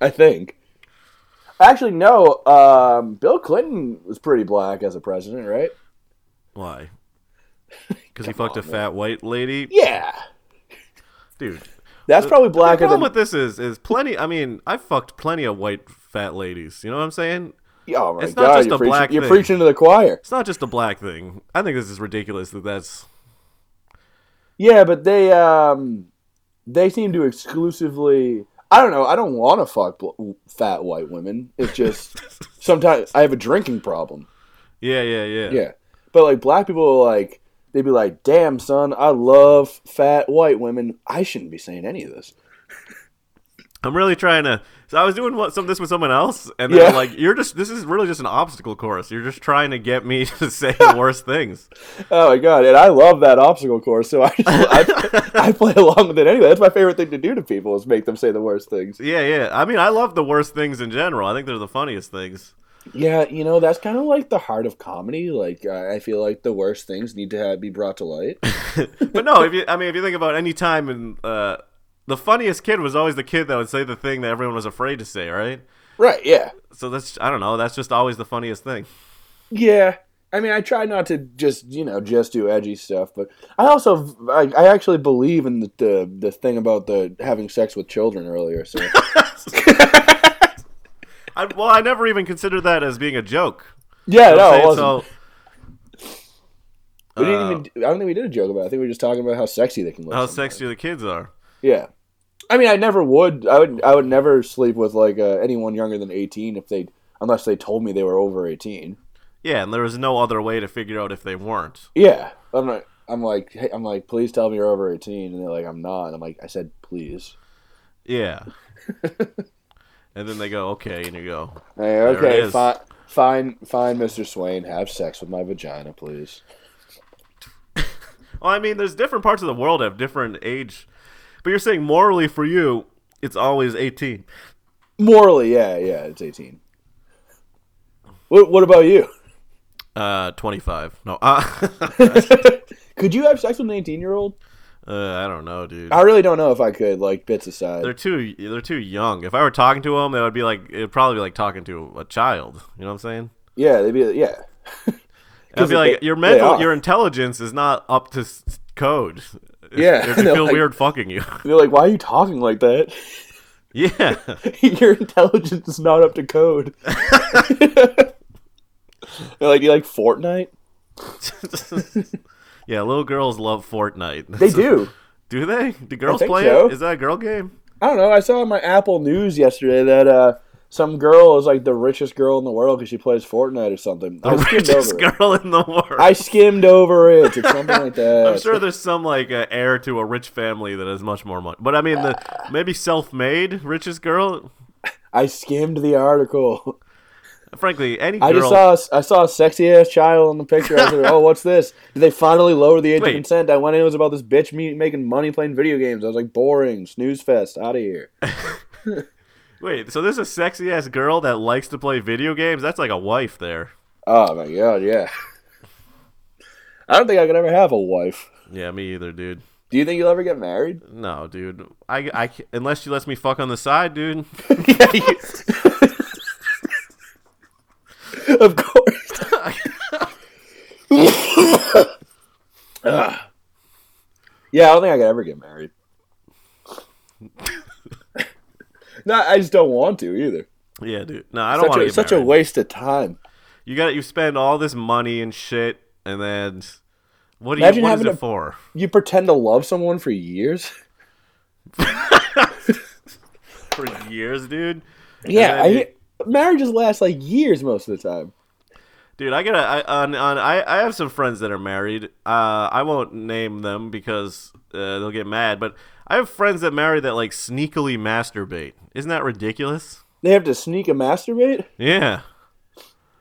[SPEAKER 2] I think. Actually, no. Um, Bill Clinton was pretty black as a president, right?
[SPEAKER 3] Why? Because he fucked a fat white lady,
[SPEAKER 2] Yeah,
[SPEAKER 3] dude.
[SPEAKER 2] that's probably
[SPEAKER 3] The
[SPEAKER 2] blacker
[SPEAKER 3] problem
[SPEAKER 2] than.
[SPEAKER 3] with this is is plenty. I mean, I fucked plenty of white fat ladies. You know what I'm saying?
[SPEAKER 2] oh my
[SPEAKER 3] it's not
[SPEAKER 2] god,
[SPEAKER 3] just
[SPEAKER 2] you're,
[SPEAKER 3] a
[SPEAKER 2] preaching,
[SPEAKER 3] black
[SPEAKER 2] you're
[SPEAKER 3] thing.
[SPEAKER 2] preaching to the choir.
[SPEAKER 3] It's not just a black thing. I think this is ridiculous that that's
[SPEAKER 2] Yeah, but they um, they seem to exclusively. I don't know. I don't want to fuck bl- fat white women. It's just sometimes I have a drinking problem.
[SPEAKER 3] yeah, yeah, yeah.
[SPEAKER 2] Yeah. But like black people are like they'd be like, "Damn, son, I love fat white women. I shouldn't be saying any of this."
[SPEAKER 3] I'm really trying to. So I was doing what, some this with someone else, and they're
[SPEAKER 2] Yeah.
[SPEAKER 3] like, "You're just this is really just an obstacle course. You're just trying to get me to say the worst things."
[SPEAKER 2] Oh my god! And I love that obstacle course, so I just, I, I play along with it anyway. That's my favorite thing to do to people is make them say the worst things.
[SPEAKER 3] Yeah, yeah. I mean, I love the worst things in general. I think they're the funniest things.
[SPEAKER 2] Yeah, you know that's kind of like the heart of comedy. Like I I feel like the worst things need to have, be brought to light.
[SPEAKER 3] But no, if you, I mean, if you think about any time in uh, the funniest kid was always the kid that would say the thing that everyone was afraid to say, right?
[SPEAKER 2] right? Yeah.
[SPEAKER 3] So that's I don't know. That's just always the funniest thing.
[SPEAKER 2] Yeah. I mean, I try not to just, you know, just do edgy stuff, but I also, I, I actually believe in the, the the thing about the having sex with children earlier. So
[SPEAKER 3] I, well, I never even considered that as being a joke.
[SPEAKER 2] yeah,
[SPEAKER 3] You know
[SPEAKER 2] no,
[SPEAKER 3] what I'm
[SPEAKER 2] it
[SPEAKER 3] saying?
[SPEAKER 2] wasn't.
[SPEAKER 3] So,
[SPEAKER 2] we didn't
[SPEAKER 3] uh,
[SPEAKER 2] even. do- I don't think we did a joke about. it. I think we were just talking about how sexy they can look.
[SPEAKER 3] how
[SPEAKER 2] sometimes.
[SPEAKER 3] sexy the kids are.
[SPEAKER 2] Yeah. I mean, I never would. I would. I would never sleep with like uh, anyone younger than eighteen if they, unless they told me they were over eighteen.
[SPEAKER 3] Yeah, and there was no other way to figure out if they weren't.
[SPEAKER 2] Yeah. I'm like, I'm like, hey, I'm like, please tell me you're over eighteen, and they're like, I'm not. And I'm like, I said please.
[SPEAKER 3] Yeah. and then they go, okay, and you go,
[SPEAKER 2] Hey,
[SPEAKER 3] it
[SPEAKER 2] okay,
[SPEAKER 3] is.
[SPEAKER 2] fine, fine, fine, Mr. Swain. Have sex with my vagina, please.
[SPEAKER 3] well, I mean, there's different parts of the world have different age, but you're saying morally for you, it's always 18.
[SPEAKER 2] Morally, yeah, yeah, it's eighteen. What, what about you?
[SPEAKER 3] Uh, 25. No, uh, uh,
[SPEAKER 2] Could you have sex with an eighteen-year-old?
[SPEAKER 3] I don't know, dude.
[SPEAKER 2] I really don't know if I could. Like bits aside,
[SPEAKER 3] They're too, they're too young. If I were talking to them, it would be like it'd probably be like talking to a child. You know what I'm saying?
[SPEAKER 2] yeah, they'd be yeah.
[SPEAKER 3] I'd be like,
[SPEAKER 2] they-
[SPEAKER 3] your
[SPEAKER 2] they
[SPEAKER 3] mental,
[SPEAKER 2] are.
[SPEAKER 3] your intelligence is not up to s- code. If-
[SPEAKER 2] Yeah,
[SPEAKER 3] if you
[SPEAKER 2] they're
[SPEAKER 3] feel
[SPEAKER 2] like-
[SPEAKER 3] weird fucking you.
[SPEAKER 2] They're like, why are you talking like that?
[SPEAKER 3] yeah,
[SPEAKER 2] Your intelligence is not up to code. They're like, you like Fortnite?
[SPEAKER 3] yeah. Little girls love Fortnite.
[SPEAKER 2] They do.
[SPEAKER 3] Do they? Do girls
[SPEAKER 2] think
[SPEAKER 3] play
[SPEAKER 2] so.
[SPEAKER 3] it? Is that a girl game?
[SPEAKER 2] I don't know. I saw on my Apple News yesterday that uh, some girl is like the richest girl in the world because she plays Fortnite or something.
[SPEAKER 3] The
[SPEAKER 2] I skimmed
[SPEAKER 3] richest
[SPEAKER 2] over it.
[SPEAKER 3] girl in the world.
[SPEAKER 2] I skimmed over it. It's something like that.
[SPEAKER 3] am sure there's some like uh, heir to a rich family that has much more money. But I mean, the maybe self-made richest girl.
[SPEAKER 2] I skimmed the article.
[SPEAKER 3] Frankly, any girl.
[SPEAKER 2] I just saw a- I saw a sexy ass child in the picture. I said, "Oh, what's this? Did they finally lower the age
[SPEAKER 3] Wait.
[SPEAKER 2] of consent?" I went in. It was about this bitch me making money playing video games. I was like, "Boring, snooze fest, out of here."
[SPEAKER 3] Wait, so there's a sexy ass girl that likes to play video games. That's like a wife there.
[SPEAKER 2] Oh my god, yeah. I don't think I could ever have a wife.
[SPEAKER 3] Yeah, me either, dude.
[SPEAKER 2] Do you think you'll ever get married?
[SPEAKER 3] No, dude. I, I ca- unless she lets me fuck on the side, dude.
[SPEAKER 2] yeah, you- of course. Ugh. yeah, I don't think I could ever get married. no, I just don't want to either.
[SPEAKER 3] yeah, dude. No, I don't
[SPEAKER 2] such
[SPEAKER 3] want
[SPEAKER 2] a,
[SPEAKER 3] to get
[SPEAKER 2] such a
[SPEAKER 3] married.
[SPEAKER 2] waste of time.
[SPEAKER 3] You got you spend all this money and shit, and then what do
[SPEAKER 2] Imagine
[SPEAKER 3] you? What is
[SPEAKER 2] having
[SPEAKER 3] it
[SPEAKER 2] to-
[SPEAKER 3] for?
[SPEAKER 2] You pretend to love someone for years.
[SPEAKER 3] For years, dude.
[SPEAKER 2] Yeah,
[SPEAKER 3] then
[SPEAKER 2] I, marriages last like years most of the time.
[SPEAKER 3] Dude, I gotta. I, on, on, I, I have some friends that are married. Uh, I won't name them because uh, they'll get mad. But I have friends that marry that like sneakily masturbate. Isn't that ridiculous?
[SPEAKER 2] They have to sneak and masturbate.
[SPEAKER 3] Yeah,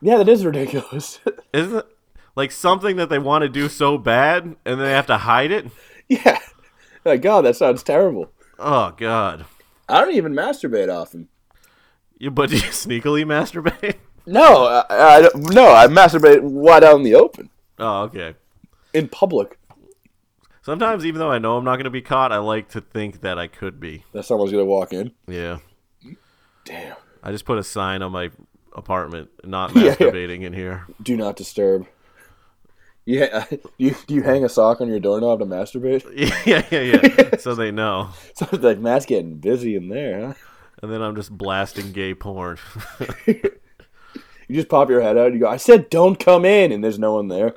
[SPEAKER 2] Yeah, that is ridiculous.
[SPEAKER 3] isn't it like something that they want to do so bad and they have to hide it?
[SPEAKER 2] yeah, like God, that sounds terrible.
[SPEAKER 3] Oh God!
[SPEAKER 2] I don't even masturbate often.
[SPEAKER 3] You but do you sneakily masturbate?
[SPEAKER 2] No, I, I don't- no, I masturbate wide out in the open,
[SPEAKER 3] Oh, okay.
[SPEAKER 2] in public.
[SPEAKER 3] Sometimes, even though I know I'm not gonna be caught, I like to think that I could be.
[SPEAKER 2] That someone's gonna walk in.
[SPEAKER 3] Yeah.
[SPEAKER 2] Damn.
[SPEAKER 3] I just put a sign on my apartment, not
[SPEAKER 2] Yeah, yeah.
[SPEAKER 3] masturbating in here.
[SPEAKER 2] Do not disturb. Yeah, do you, do you hang a sock on your doorknob to masturbate?
[SPEAKER 3] yeah, yeah, yeah. so they know.
[SPEAKER 2] Sounds like Matt's getting busy in there, huh?
[SPEAKER 3] And then I'm just blasting gay porn.
[SPEAKER 2] You just pop your head out. and You go, I said, don't come in, and there's no one there.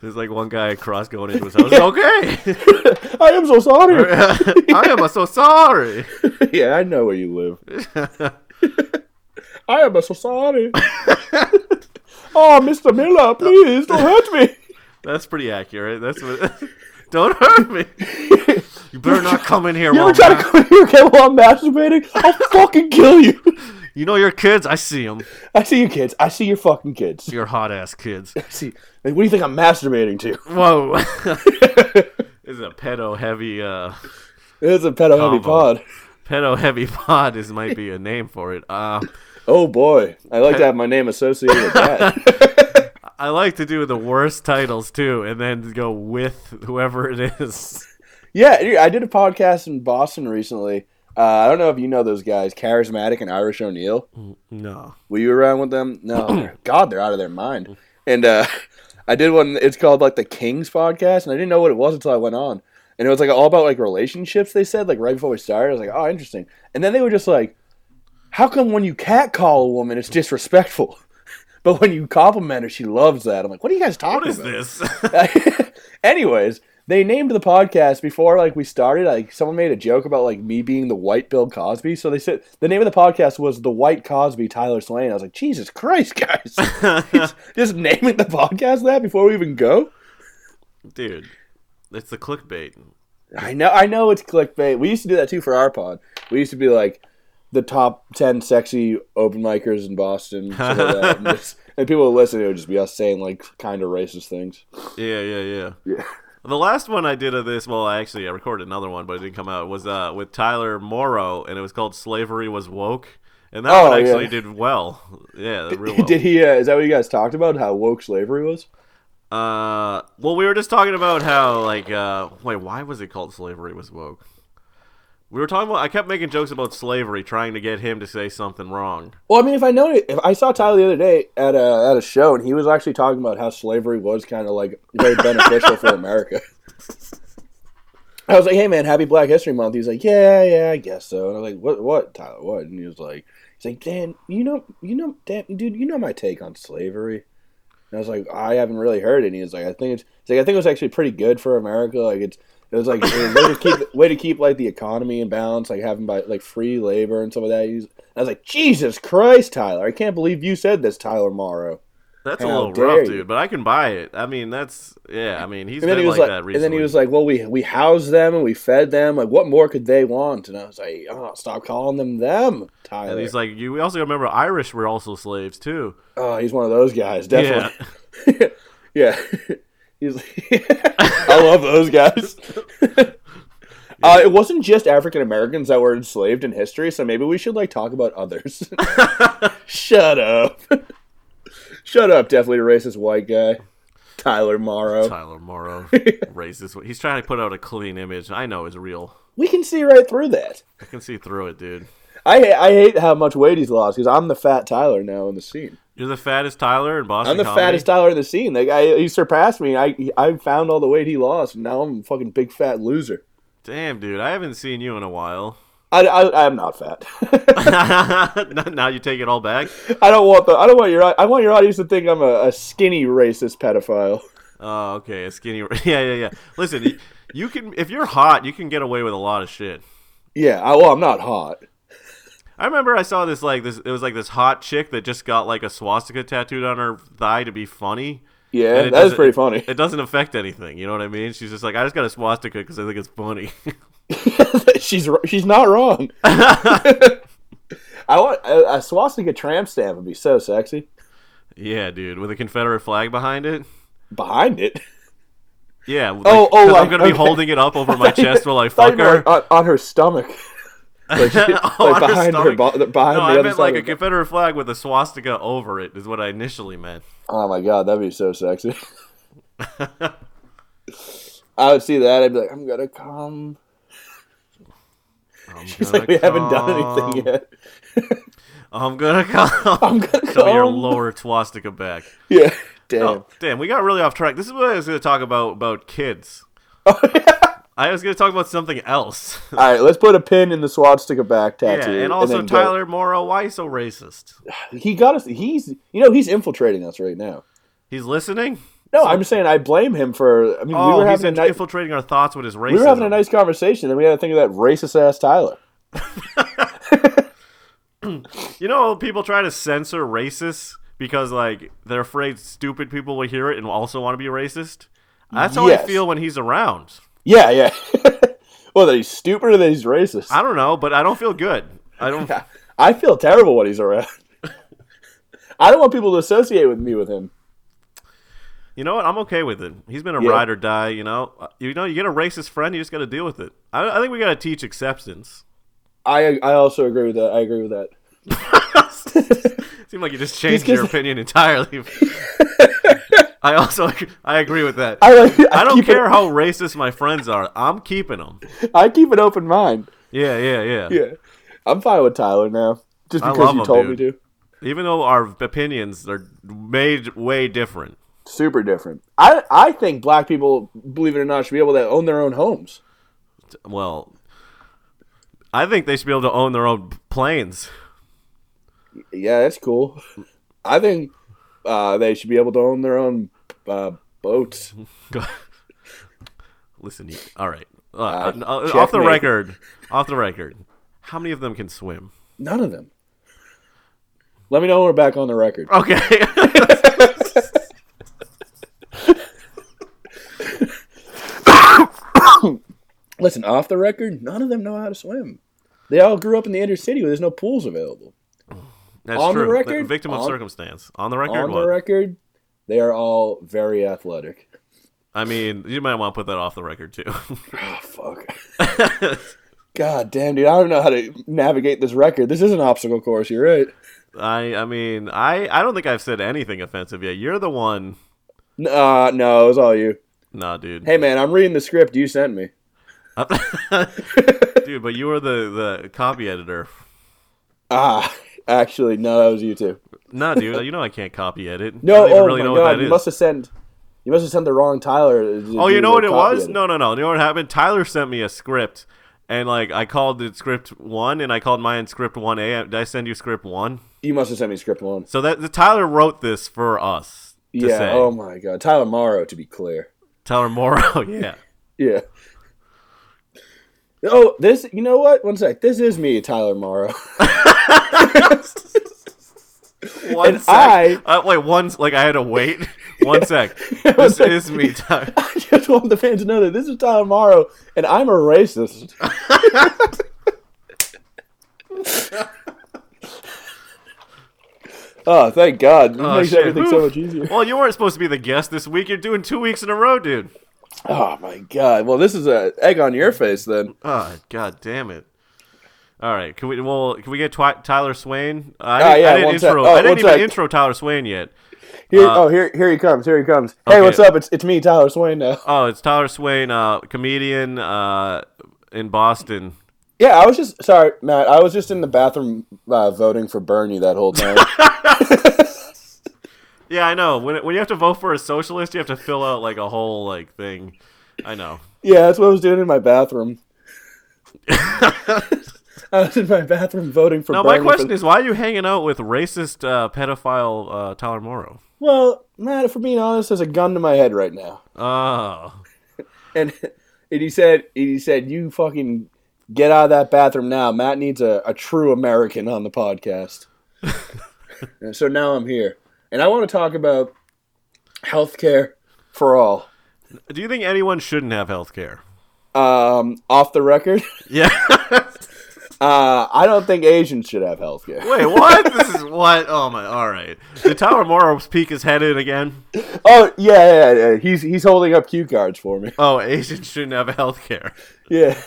[SPEAKER 3] There's like one guy across going into his house. Okay,
[SPEAKER 2] I am so sorry.
[SPEAKER 3] I am so sorry.
[SPEAKER 2] yeah, I know where you live. I am so sorry. oh, Mr. Miller, please don't hurt me.
[SPEAKER 3] That's pretty accurate. That's what. Don't hurt me. You better not come in here.
[SPEAKER 2] You
[SPEAKER 3] while
[SPEAKER 2] ever
[SPEAKER 3] I'm
[SPEAKER 2] try to
[SPEAKER 3] ma-
[SPEAKER 2] come here again while I'm masturbating? I'll fucking kill you.
[SPEAKER 3] you know your kids. I see them.
[SPEAKER 2] I see your kids. I see your fucking kids.
[SPEAKER 3] Your hot ass kids.
[SPEAKER 2] I see. Like, what do you think I'm masturbating to?
[SPEAKER 3] Whoa. this is a pedo heavy. uh
[SPEAKER 2] It's a pedo heavy
[SPEAKER 3] Combo.
[SPEAKER 2] pod.
[SPEAKER 3] Pedo heavy pod is might be a name for it. Uh,
[SPEAKER 2] Oh boy, I like to have my name associated with that.
[SPEAKER 3] I like to do the worst titles too, and then go with whoever it is.
[SPEAKER 2] yeah, dude, I did a podcast in Boston recently. Uh, I don't know if you know those guys, Charismatic and Irish O'Neill.
[SPEAKER 3] No.
[SPEAKER 2] Were you around with them? No. God, they're out of their mind. And uh, I did one. It's called like the Kings podcast, and I didn't know what it was until I went on. And it was like all about like relationships. They said like right before we started, I was like, oh, interesting. And then they were just like, how come when you catcall a woman, it's disrespectful, but when you compliment her, she loves that. I'm like, what are you guys talking
[SPEAKER 3] What is
[SPEAKER 2] about?
[SPEAKER 3] this?
[SPEAKER 2] Anyways, they named the podcast before like we started. Like someone made a joke about like me being the white Bill Cosby. So they said the name of the podcast was the White Cosby Tyler Slane. I was like, Jesus Christ, guys! just, just naming the podcast that before we even go.
[SPEAKER 3] Dude, it's the clickbait.
[SPEAKER 2] I know, I know it's clickbait. We used to do that too for our pod. We used to be like the top ten sexy open micers in Boston, shit like that. and, just- and people would listen. It would just be us saying like kind of racist things.
[SPEAKER 3] Yeah, yeah, yeah. The last one I did of this, well, I actually I recorded another one, but it didn't come out. Was uh with Tyler Morrow, and it was called "Slavery Was Woke," and that
[SPEAKER 2] Oh,
[SPEAKER 3] one actually
[SPEAKER 2] yeah.
[SPEAKER 3] did well. Yeah, that real well.
[SPEAKER 2] Did he? Uh, is that what you guys talked about? How woke slavery was?
[SPEAKER 3] Uh, well, we were just talking about how like uh, wait, why was it called "Slavery Was Woke"? We were talking about. I kept making jokes about slavery, trying to get him to say something wrong.
[SPEAKER 2] Well, I mean, if I know if I saw Tyler the other day at a at a show, and he was actually talking about how slavery was kind of like very beneficial for America. I was like, "Hey, man, Happy Black History Month." He's like, "Yeah, yeah, I guess so." And I was like, "What, what, Tyler? What?" And he was like, "He's like, Dan, you know, you know, Dan, dude, you know my take on slavery." And I was like, "I haven't really heard it." And he was like, "I think it's he's like I think it was actually pretty good for America. Like it's." It was like it was way to keep way to keep like the economy in balance, like having by like free labor and some of that. He's- I was like, Jesus Christ, Tyler! I can't believe you said this, Tyler Morrow.
[SPEAKER 3] That's a
[SPEAKER 2] How
[SPEAKER 3] little
[SPEAKER 2] dare
[SPEAKER 3] rough,
[SPEAKER 2] you.
[SPEAKER 3] dude. But I can buy it. I mean, that's yeah. I mean, he's
[SPEAKER 2] And then
[SPEAKER 3] been
[SPEAKER 2] he was like,
[SPEAKER 3] like, that recently.
[SPEAKER 2] and then he was like, well, we we housed them and we fed them. Like, what more could they want? And I was like, oh, stop calling them them, Tyler.
[SPEAKER 3] And he's like, you we also gotta remember Irish were also slaves too.
[SPEAKER 2] oh, he's one of those guys, definitely.
[SPEAKER 3] Yeah.
[SPEAKER 2] Yeah. He's like, I love those guys. Uh, it wasn't just African Americans that were enslaved in history, so maybe we should like talk about others. Shut up. Shut up, definitely racist white guy. Tyler Morrow.
[SPEAKER 3] Tyler Morrow racist. He's trying to put out a clean image. I know it's real.
[SPEAKER 2] We can see right through that.
[SPEAKER 3] I can see through it, dude.
[SPEAKER 2] I ha- I hate how much weight he's lost because I'm the fat Tyler now in the scene.
[SPEAKER 3] You're the fattest Tyler in Boston.
[SPEAKER 2] I'm the
[SPEAKER 3] comedy?
[SPEAKER 2] fattest Tyler in the scene. That guy he surpassed me. I I found all the weight he lost, and now I'm a fucking big fat loser.
[SPEAKER 3] Damn, dude. I haven't seen you in a while.
[SPEAKER 2] I, I I'm not fat.
[SPEAKER 3] now you take it all back.
[SPEAKER 2] I don't want the I don't want your I want your audience to think I'm a, a skinny racist pedophile.
[SPEAKER 3] Oh, okay. A skinny. Yeah, yeah, yeah. Listen, y- you can if you're hot, you can get away with a lot of shit.
[SPEAKER 2] Yeah, I, well I'm not hot.
[SPEAKER 3] I remember I saw this like this. It was like this hot chick that just got like a swastika tattooed on her thigh to be funny.
[SPEAKER 2] Yeah,
[SPEAKER 3] And it
[SPEAKER 2] that is
[SPEAKER 3] doesn't-
[SPEAKER 2] pretty funny.
[SPEAKER 3] It doesn't affect anything. You know what I mean? She's just like, I just got a swastika because I think it's funny.
[SPEAKER 2] she's r- she's not wrong. I want a, a swastika tramp stamp would be so sexy
[SPEAKER 3] yeah, dude, with a Confederate flag behind it.
[SPEAKER 2] behind it.
[SPEAKER 3] Yeah. Like,
[SPEAKER 2] Oh, oh,
[SPEAKER 3] 'cause I'm
[SPEAKER 2] like,
[SPEAKER 3] gonna be
[SPEAKER 2] okay.
[SPEAKER 3] holding it up over my chest while I
[SPEAKER 2] Thought you
[SPEAKER 3] fuck
[SPEAKER 2] meant
[SPEAKER 3] her.
[SPEAKER 2] on, on her stomach, like, she-
[SPEAKER 3] Oh,
[SPEAKER 2] like,
[SPEAKER 3] on her
[SPEAKER 2] behind her,
[SPEAKER 3] stomach.
[SPEAKER 2] bo- the- behind
[SPEAKER 3] No,
[SPEAKER 2] the
[SPEAKER 3] I
[SPEAKER 2] other
[SPEAKER 3] meant
[SPEAKER 2] side.
[SPEAKER 3] like
[SPEAKER 2] of
[SPEAKER 3] a
[SPEAKER 2] the-
[SPEAKER 3] Confederate flag with a swastika over it is what I initially meant.
[SPEAKER 2] oh my god, that'd be so sexy. I would see that. I'd be like, I'm gonna come.
[SPEAKER 3] I'm
[SPEAKER 2] She's
[SPEAKER 3] gonna
[SPEAKER 2] like, we haven't done
[SPEAKER 3] come.
[SPEAKER 2] anything yet.
[SPEAKER 3] I'm gonna come.
[SPEAKER 2] I'm gonna
[SPEAKER 3] Show your
[SPEAKER 2] come.
[SPEAKER 3] lower swastika back.
[SPEAKER 2] Yeah, damn.
[SPEAKER 3] Oh, damn, we got really off track. This is what I was gonna talk about about kids.
[SPEAKER 2] Oh,
[SPEAKER 3] I was gonna talk about something else.
[SPEAKER 2] All right, let's put a pin in the swastika back
[SPEAKER 3] yeah,
[SPEAKER 2] tattoo.
[SPEAKER 3] and also
[SPEAKER 2] then uh, go-
[SPEAKER 3] Tyler Morrow. Why so racist?
[SPEAKER 2] he got us. He's you know he's infiltrating us right now.
[SPEAKER 3] He's listening.
[SPEAKER 2] No, I'm just saying I blame him for. I mean,
[SPEAKER 3] Oh,
[SPEAKER 2] we were
[SPEAKER 3] he's
[SPEAKER 2] having a nice,
[SPEAKER 3] infiltrating our thoughts with his racism.
[SPEAKER 2] we were having a nice conversation, then we had to think of that racist ass Tyler.
[SPEAKER 3] You know, people try to censor racists because like they're afraid stupid people will hear it and also want to be racist. That's how I
[SPEAKER 2] Yes.
[SPEAKER 3] feel when he's around.
[SPEAKER 2] Yeah, yeah. well, that he's stupid or that he's racist.
[SPEAKER 3] I don't know, but I don't feel good. I don't.
[SPEAKER 2] I feel terrible when he's around. I don't want people to associate with me with him.
[SPEAKER 3] You know what? I'm okay with it. He's been a
[SPEAKER 2] Yeah.
[SPEAKER 3] ride or die. You know, Uh, you know, you get a racist friend, you just got to deal with it. I, I think we got to teach acceptance.
[SPEAKER 2] I I also agree with that. I agree with that.
[SPEAKER 3] Seemed like you just changed
[SPEAKER 2] Just 'cause-
[SPEAKER 3] your opinion entirely. I also I agree with that.
[SPEAKER 2] I like.
[SPEAKER 3] I don't
[SPEAKER 2] keep
[SPEAKER 3] care
[SPEAKER 2] An,
[SPEAKER 3] how racist my friends are. I'm keeping them.
[SPEAKER 2] I keep an open mind.
[SPEAKER 3] Yeah, yeah, yeah.
[SPEAKER 2] Yeah, I'm fine with Tyler now, just
[SPEAKER 3] I
[SPEAKER 2] because
[SPEAKER 3] love
[SPEAKER 2] you
[SPEAKER 3] him,
[SPEAKER 2] told me
[SPEAKER 3] dude.
[SPEAKER 2] to.
[SPEAKER 3] Even though our opinions are made way different.
[SPEAKER 2] Super different. I I think black people, believe it or not, should be able to own their own homes.
[SPEAKER 3] Well, I think they should be able to own their own planes.
[SPEAKER 2] Yeah, that's cool. I think uh, they should be able to own their own uh, boats.
[SPEAKER 3] Go- Listen, you, all right. Uh, uh, off the
[SPEAKER 2] checkmate.
[SPEAKER 3] record, off the record. How many of them can swim?
[SPEAKER 2] None of them. Let me know when we're back on the record.
[SPEAKER 3] Okay.
[SPEAKER 2] Listen, off the record, none of them know how to swim. They all grew up in the inner city where there's no pools available.
[SPEAKER 3] That's
[SPEAKER 2] On the
[SPEAKER 3] true.
[SPEAKER 2] record?
[SPEAKER 3] victim of
[SPEAKER 2] On-
[SPEAKER 3] circumstance. On the record,
[SPEAKER 2] On
[SPEAKER 3] what?
[SPEAKER 2] the record, they are all very athletic.
[SPEAKER 3] I mean, you might want to put that off the record too.
[SPEAKER 2] Oh, fuck. God damn, dude. I don't know how to navigate this record. This is an obstacle course. You're right.
[SPEAKER 3] I, I mean, I, I don't think I've said anything offensive yet. You're the one.
[SPEAKER 2] N- Uh, no, it was all you.
[SPEAKER 3] Nah, dude.
[SPEAKER 2] Hey, man, I'm reading the script you sent me.
[SPEAKER 3] dude, but you were the the copy editor.
[SPEAKER 2] Ah, actually, no, that was you too.
[SPEAKER 3] Nah, dude. You know I can't copy edit.
[SPEAKER 2] No,
[SPEAKER 3] I don't even
[SPEAKER 2] oh
[SPEAKER 3] really
[SPEAKER 2] my
[SPEAKER 3] know
[SPEAKER 2] god,
[SPEAKER 3] what that
[SPEAKER 2] you
[SPEAKER 3] is.
[SPEAKER 2] must have sent, you must have sent the wrong Tyler. to
[SPEAKER 3] Oh,
[SPEAKER 2] do
[SPEAKER 3] you know
[SPEAKER 2] the
[SPEAKER 3] what it
[SPEAKER 2] copy
[SPEAKER 3] was?
[SPEAKER 2] edit.
[SPEAKER 3] No, no, no. You know what happened? Tyler sent me a script, and like I called it script one, and I called mine script one A. Did I send you script one?
[SPEAKER 2] you must have sent me script one.
[SPEAKER 3] So that the Tyler wrote this for us to
[SPEAKER 2] Yeah.
[SPEAKER 3] say.
[SPEAKER 2] Oh my god, Tyler Morrow, to be clear.
[SPEAKER 3] Tyler Morrow, yeah.
[SPEAKER 2] Yeah. Oh, this. You know what? One sec. This is me, Tyler Morrow.
[SPEAKER 3] One
[SPEAKER 2] And I-
[SPEAKER 3] uh, wait, one like I had to wait one sec.
[SPEAKER 2] One
[SPEAKER 3] This
[SPEAKER 2] sec.
[SPEAKER 3] is me, Tyler.
[SPEAKER 2] I just want the fans to know that this is Tyler Morrow, and I'm a racist. oh, thank God! It
[SPEAKER 3] Oh,
[SPEAKER 2] makes
[SPEAKER 3] shit.
[SPEAKER 2] everything so
[SPEAKER 3] Whew.
[SPEAKER 2] much easier.
[SPEAKER 3] Well, you weren't supposed to be the guest this week. You're doing two weeks in a row, dude.
[SPEAKER 2] Oh my god. Well, this is a egg on your face then.
[SPEAKER 3] Oh, god damn it. All right, can we well can we get twi- Tyler Swain? Uh, I,
[SPEAKER 2] Ah,
[SPEAKER 3] didn't- I
[SPEAKER 2] yeah,
[SPEAKER 3] didn't
[SPEAKER 2] one sec.
[SPEAKER 3] intro.
[SPEAKER 2] Oh,
[SPEAKER 3] I didn't
[SPEAKER 2] one
[SPEAKER 3] even
[SPEAKER 2] sec.
[SPEAKER 3] intro Tyler Swain yet.
[SPEAKER 2] Here,
[SPEAKER 3] Uh,
[SPEAKER 2] oh, here, here he comes. Here he comes. Hey,
[SPEAKER 3] okay.
[SPEAKER 2] what's up? It's it's me, Tyler Swain. Now.
[SPEAKER 3] Oh, it's Tyler Swain, uh, comedian uh, in Boston.
[SPEAKER 2] Yeah, I was just sorry, Matt. I was just in the bathroom uh, voting for Bernie that whole time.
[SPEAKER 3] Yeah, I know. When when you have to vote for a socialist, you have to fill out like a whole like thing. I know.
[SPEAKER 2] yeah, that's what I was doing in my bathroom. I was in my bathroom voting for.
[SPEAKER 3] Now my
[SPEAKER 2] Bernie
[SPEAKER 3] question
[SPEAKER 2] for-
[SPEAKER 3] is, why are you hanging out with racist uh, pedophile uh, Tyler Morrow?
[SPEAKER 2] well, Matt, if we're being honest, there's a gun to my head right now.
[SPEAKER 3] Oh,
[SPEAKER 2] And and he said, and he said, you fucking get out of that bathroom now. Matt needs a, a true American on the podcast. and so now I'm here, and I want to talk about healthcare for all.
[SPEAKER 3] do you think anyone shouldn't have health care?
[SPEAKER 2] Um, off the record.
[SPEAKER 3] Yeah.
[SPEAKER 2] Uh, I don't think Asians should have healthcare.
[SPEAKER 3] Wait, what? this is what? Oh my! All right. Did Tyler Morrow's peak is headed again?
[SPEAKER 2] Oh yeah, yeah, yeah. He's he's holding up cue cards for me.
[SPEAKER 3] Oh, Asians shouldn't have health care.
[SPEAKER 2] Yeah.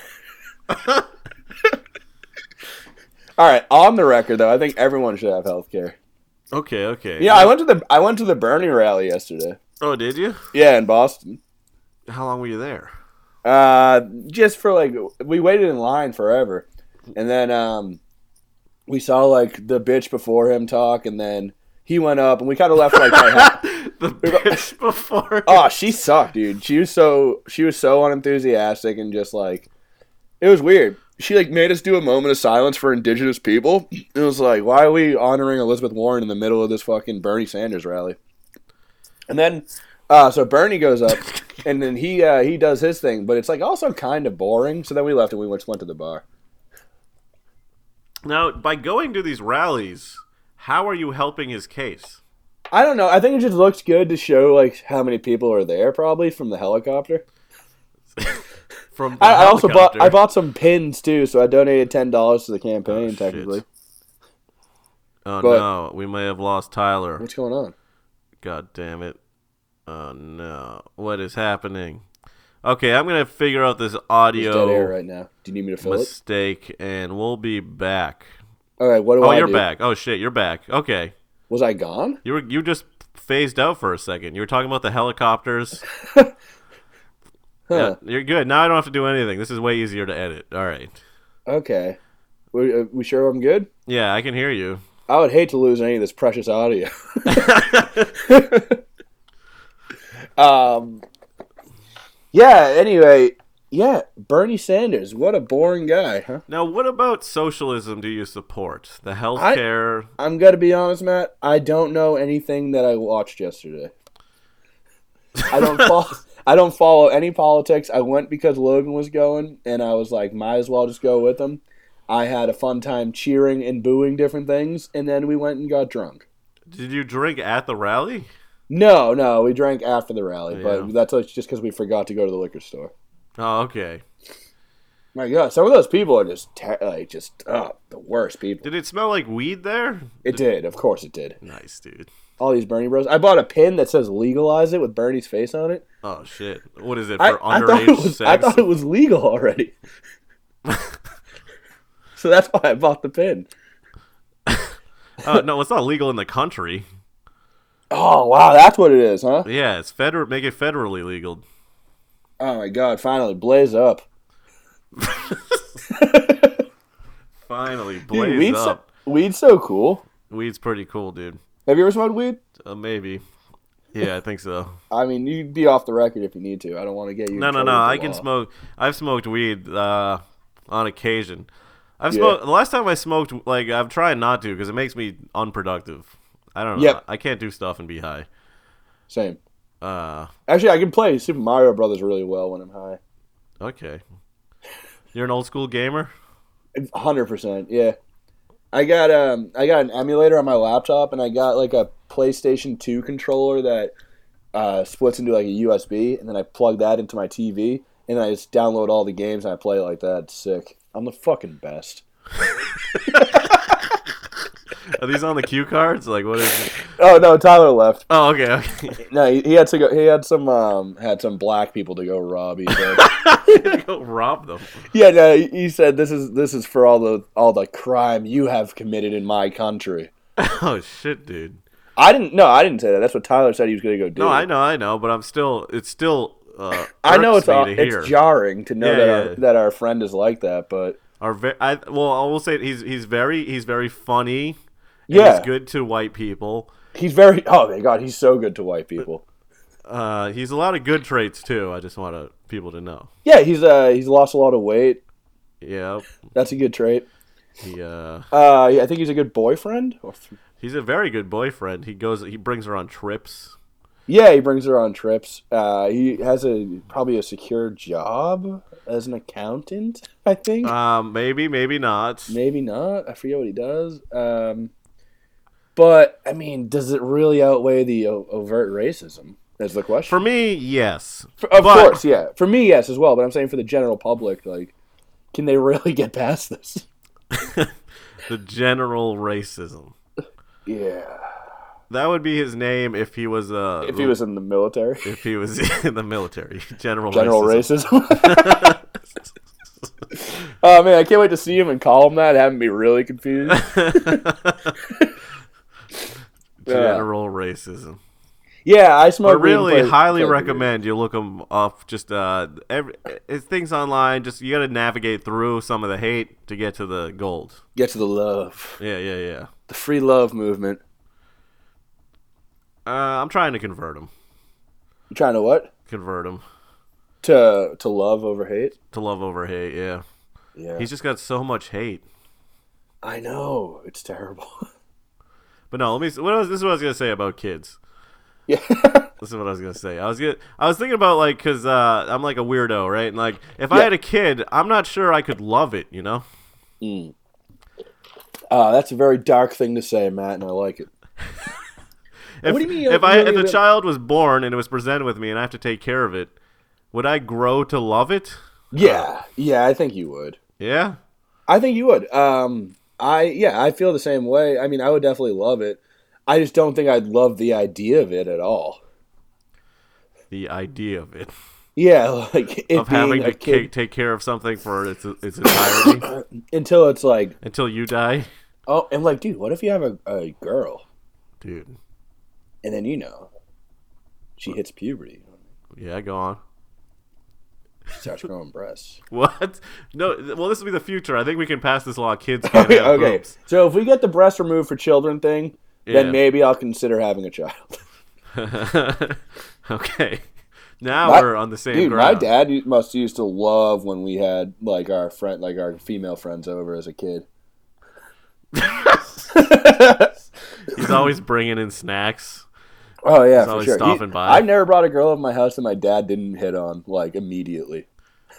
[SPEAKER 2] All right, on the record though, I think everyone should have healthcare.
[SPEAKER 3] Okay, okay.
[SPEAKER 2] Yeah, I went to the I went to the Bernie rally yesterday.
[SPEAKER 3] Oh, did you?
[SPEAKER 2] Yeah, in Boston.
[SPEAKER 3] How long were you there?
[SPEAKER 2] Uh, just for like we waited in line forever, and then um, we saw like the bitch before him talk, and then he went up, and we kind of left like. by half-
[SPEAKER 3] the bitch before.
[SPEAKER 2] Oh, she sucked, dude. She was so she was so unenthusiastic and just like it was weird. She like made us do a moment of silence for indigenous people. It was like, why are we honoring Elizabeth Warren in the middle of this fucking Bernie Sanders rally? And then uh so Bernie goes up and then he uh he does his thing, but it's like also kind of boring. So then we left and we just went to the bar.
[SPEAKER 3] Now, by going to these rallies, how are you helping his case?
[SPEAKER 2] I don't know. I think it just looks good to show like how many people are there probably from the helicopter.
[SPEAKER 3] From the
[SPEAKER 2] I, I also bought
[SPEAKER 3] helicopter?
[SPEAKER 2] I bought some pins too, so I donated ten dollars to the campaign.
[SPEAKER 3] Oh, shit.
[SPEAKER 2] technically,
[SPEAKER 3] Oh
[SPEAKER 2] but-
[SPEAKER 3] no, we may have lost Tyler.
[SPEAKER 2] what's going on?
[SPEAKER 3] God damn it! Oh no, what is happening? Okay, I'm gonna figure out this
[SPEAKER 2] It's dead air
[SPEAKER 3] audio
[SPEAKER 2] right now. Do you need me to fill it?
[SPEAKER 3] mistake, and we'll be back.
[SPEAKER 2] All right. What do
[SPEAKER 3] Oh,
[SPEAKER 2] I
[SPEAKER 3] you're
[SPEAKER 2] do?
[SPEAKER 3] back. Oh shit, you're back. Okay,
[SPEAKER 2] Was I gone?
[SPEAKER 3] you were you just phased out for a second. You were talking about the helicopters.
[SPEAKER 2] Huh.
[SPEAKER 3] Yeah, you're good. Now I don't have to do anything. This is way easier to edit. All right.
[SPEAKER 2] Okay. We, uh, we sure I'm good?
[SPEAKER 3] Yeah, I can hear you.
[SPEAKER 2] I would hate to lose any of this precious audio. um. Yeah. Anyway. Yeah. Bernie Sanders. What a boring guy, huh?
[SPEAKER 3] Now, what about socialism do you support? The healthcare.
[SPEAKER 2] I'm gonna be honest, Matt. I don't know anything that I watched yesterday. I don't follow. I don't follow any politics. I went because Logan was going, and I was like, might as well just go with him. I had a fun time cheering and booing different things, and then we went and got drunk.
[SPEAKER 3] Did you drink at the rally?
[SPEAKER 2] No, no, we drank after the rally,
[SPEAKER 3] Yeah.
[SPEAKER 2] but that's like just because we forgot to go to the liquor store.
[SPEAKER 3] Oh, okay.
[SPEAKER 2] My God, some of those people are just ter- like just uh, the worst people.
[SPEAKER 3] Did it smell like weed there?
[SPEAKER 2] It did, of course, it did.
[SPEAKER 3] Nice, dude.
[SPEAKER 2] All these Bernie Bros. I bought a pin that says "Legalize it" with Bernie's face on it.
[SPEAKER 3] Oh shit! What is it
[SPEAKER 2] I,
[SPEAKER 3] for
[SPEAKER 2] I
[SPEAKER 3] underage
[SPEAKER 2] thought it was, I
[SPEAKER 3] sex?
[SPEAKER 2] thought it was legal already. so that's why I bought the pin.
[SPEAKER 3] Oh, no, it's not legal in the country.
[SPEAKER 2] Oh wow, that's what it is, huh?
[SPEAKER 3] Yeah, it's federal. Make it federally legal.
[SPEAKER 2] Oh my god, finally blaze up.
[SPEAKER 3] Finally, blaze
[SPEAKER 2] Dude, weed's so,
[SPEAKER 3] up.
[SPEAKER 2] weed's so cool.
[SPEAKER 3] Weed's pretty cool, dude.
[SPEAKER 2] Have you ever smoked weed?
[SPEAKER 3] Uh, maybe. Yeah, I think so.
[SPEAKER 2] I mean, you'd be off the record if you need to. I don't want to get you. in
[SPEAKER 3] No, no,
[SPEAKER 2] trouble
[SPEAKER 3] no.
[SPEAKER 2] with the
[SPEAKER 3] I can
[SPEAKER 2] law.
[SPEAKER 3] smoke. I've smoked weed uh, on occasion. I've
[SPEAKER 2] Yeah.
[SPEAKER 3] smoked. The last time I smoked, like I'm trying not to because it makes me unproductive. I don't know.
[SPEAKER 2] Yep.
[SPEAKER 3] I can't do stuff and be high.
[SPEAKER 2] Same.
[SPEAKER 3] Uh,
[SPEAKER 2] Actually, I can play Super Mario Brothers really well when I'm high.
[SPEAKER 3] okay. You're an old school gamer.
[SPEAKER 2] Hundred percent, yeah. I got um, I got an emulator on my laptop, and I got like a PlayStation Two controller that uh, splits into like a USB, and then I plug that into my TV, and I just download all the games and I play it like that. It's sick. I'm the fucking best.
[SPEAKER 3] Are these on the cue cards? Like what is?
[SPEAKER 2] Oh no, Tyler left.
[SPEAKER 3] Oh, okay, okay.
[SPEAKER 2] No, he, he had to go. He had some um, had some black people to go rob. He said,
[SPEAKER 3] Go rob them.
[SPEAKER 2] yeah, no, he- he said this is this is for all the all the crime you have committed in my country.
[SPEAKER 3] Oh shit, dude.
[SPEAKER 2] I didn't. No, I didn't say that. That's what Tyler said he was going to go do.
[SPEAKER 3] No, I know, I know, but I'm still. It's still. Uh,
[SPEAKER 2] I know
[SPEAKER 3] irks
[SPEAKER 2] it's all,
[SPEAKER 3] me to hear.
[SPEAKER 2] it's jarring to know
[SPEAKER 3] Yeah,
[SPEAKER 2] that
[SPEAKER 3] yeah,
[SPEAKER 2] our,
[SPEAKER 3] yeah.
[SPEAKER 2] that our friend is like that, but
[SPEAKER 3] Are ve- I, well, I will say he's he's very he's very funny. and
[SPEAKER 2] Yeah.
[SPEAKER 3] he's good to white people.
[SPEAKER 2] he's very. Oh my god, he's so good to white people.
[SPEAKER 3] Uh, he's a lot of good traits too. I just want to, people to know.
[SPEAKER 2] Yeah, he's uh he's lost a lot of weight.
[SPEAKER 3] Yeah,
[SPEAKER 2] That's a good trait.
[SPEAKER 3] he uh,
[SPEAKER 2] Uh, yeah, I think he's a good boyfriend.
[SPEAKER 3] Oh,
[SPEAKER 2] Or-
[SPEAKER 3] he's a very good boyfriend. He goes, he brings her on trips.
[SPEAKER 2] Yeah, he brings her on trips. Uh, he has a probably a secure job as an accountant. I think
[SPEAKER 3] Um, maybe, maybe not.
[SPEAKER 2] maybe not. I forget what he does. Um, but I mean, does it really outweigh the o- overt racism? That's the question.
[SPEAKER 3] For me, yes.
[SPEAKER 2] Of
[SPEAKER 3] But-
[SPEAKER 2] course, yeah. For me, yes, as well. But I'm saying for the general public, like, can they really get past this?
[SPEAKER 3] The general racism.
[SPEAKER 2] Yeah.
[SPEAKER 3] That would be his name if he was uh
[SPEAKER 2] If he was in the military,
[SPEAKER 3] if he was in the military. General
[SPEAKER 2] general
[SPEAKER 3] racism.
[SPEAKER 2] racism. oh man, I can't wait to see him and call him that. and Have him be really confused.
[SPEAKER 3] General racism.
[SPEAKER 2] yeah, I smoke.
[SPEAKER 3] I
[SPEAKER 2] weed and
[SPEAKER 3] really
[SPEAKER 2] play-
[SPEAKER 3] highly
[SPEAKER 2] play
[SPEAKER 3] recommend you look him up. Just uh, every it's things online. Just you got to navigate through some of the hate to get to the gold.
[SPEAKER 2] video. Get to the love,
[SPEAKER 3] Yeah, yeah, yeah.
[SPEAKER 2] the free love movement.
[SPEAKER 3] Uh, I'm trying to convert him.
[SPEAKER 2] You trying to what?
[SPEAKER 3] Convert him
[SPEAKER 2] To to love over hate.
[SPEAKER 3] to love over hate. Yeah,
[SPEAKER 2] Yeah,
[SPEAKER 3] he's just got so much hate.
[SPEAKER 2] I know it's terrible.
[SPEAKER 3] But no, let me. What else, this is what I was gonna say about kids.
[SPEAKER 2] yeah,
[SPEAKER 3] This is what I was gonna say. I was gonna, I was thinking about like, cause uh, I'm like a weirdo, right? And like, if I
[SPEAKER 2] Yeah.
[SPEAKER 3] had a kid, I'm not sure I could love it. You know?
[SPEAKER 2] uh, that's a very dark thing to say, Matt, and I like it.
[SPEAKER 3] If,
[SPEAKER 2] What do you mean,
[SPEAKER 3] If
[SPEAKER 2] uh,
[SPEAKER 3] I,
[SPEAKER 2] really,
[SPEAKER 3] if the
[SPEAKER 2] really-
[SPEAKER 3] child was born and it was presented with me, and I have to take care of it, would I grow to love it?
[SPEAKER 2] Yeah, Uh, yeah, I think you would.
[SPEAKER 3] Yeah.
[SPEAKER 2] I think you would. Um, I yeah, I feel the same way. I mean, I would definitely love it. I just don't think I'd love the idea of it at all.
[SPEAKER 3] The idea of it,
[SPEAKER 2] Yeah, like it
[SPEAKER 3] of
[SPEAKER 2] being
[SPEAKER 3] having
[SPEAKER 2] a
[SPEAKER 3] to
[SPEAKER 2] kid
[SPEAKER 3] ca- take care of something for its its entirety
[SPEAKER 2] until it's like
[SPEAKER 3] until you die,
[SPEAKER 2] oh, and like, dude, what if you have a, a girl
[SPEAKER 3] dude.
[SPEAKER 2] and then you know she hits puberty,
[SPEAKER 3] Yeah, go on.
[SPEAKER 2] she starts growing breasts.
[SPEAKER 3] What? No. th- Well, this will be the future. I think we can pass this law. Kids can't have
[SPEAKER 2] okay,
[SPEAKER 3] boobs.
[SPEAKER 2] so if we get the breast removed for children thing,
[SPEAKER 3] Yeah.
[SPEAKER 2] then maybe I'll consider having a child.
[SPEAKER 3] okay. Now
[SPEAKER 2] My-
[SPEAKER 3] we're on the same
[SPEAKER 2] Dude, my
[SPEAKER 3] ground.
[SPEAKER 2] dad u- must used to love when we had like our friend, like our female friends over as a kid.
[SPEAKER 3] He's always bringing in snacks.
[SPEAKER 2] Oh yeah, for
[SPEAKER 3] always
[SPEAKER 2] sure. He-
[SPEAKER 3] stopping by.
[SPEAKER 2] I've never brought a girl over my house that my dad didn't hit on like immediately.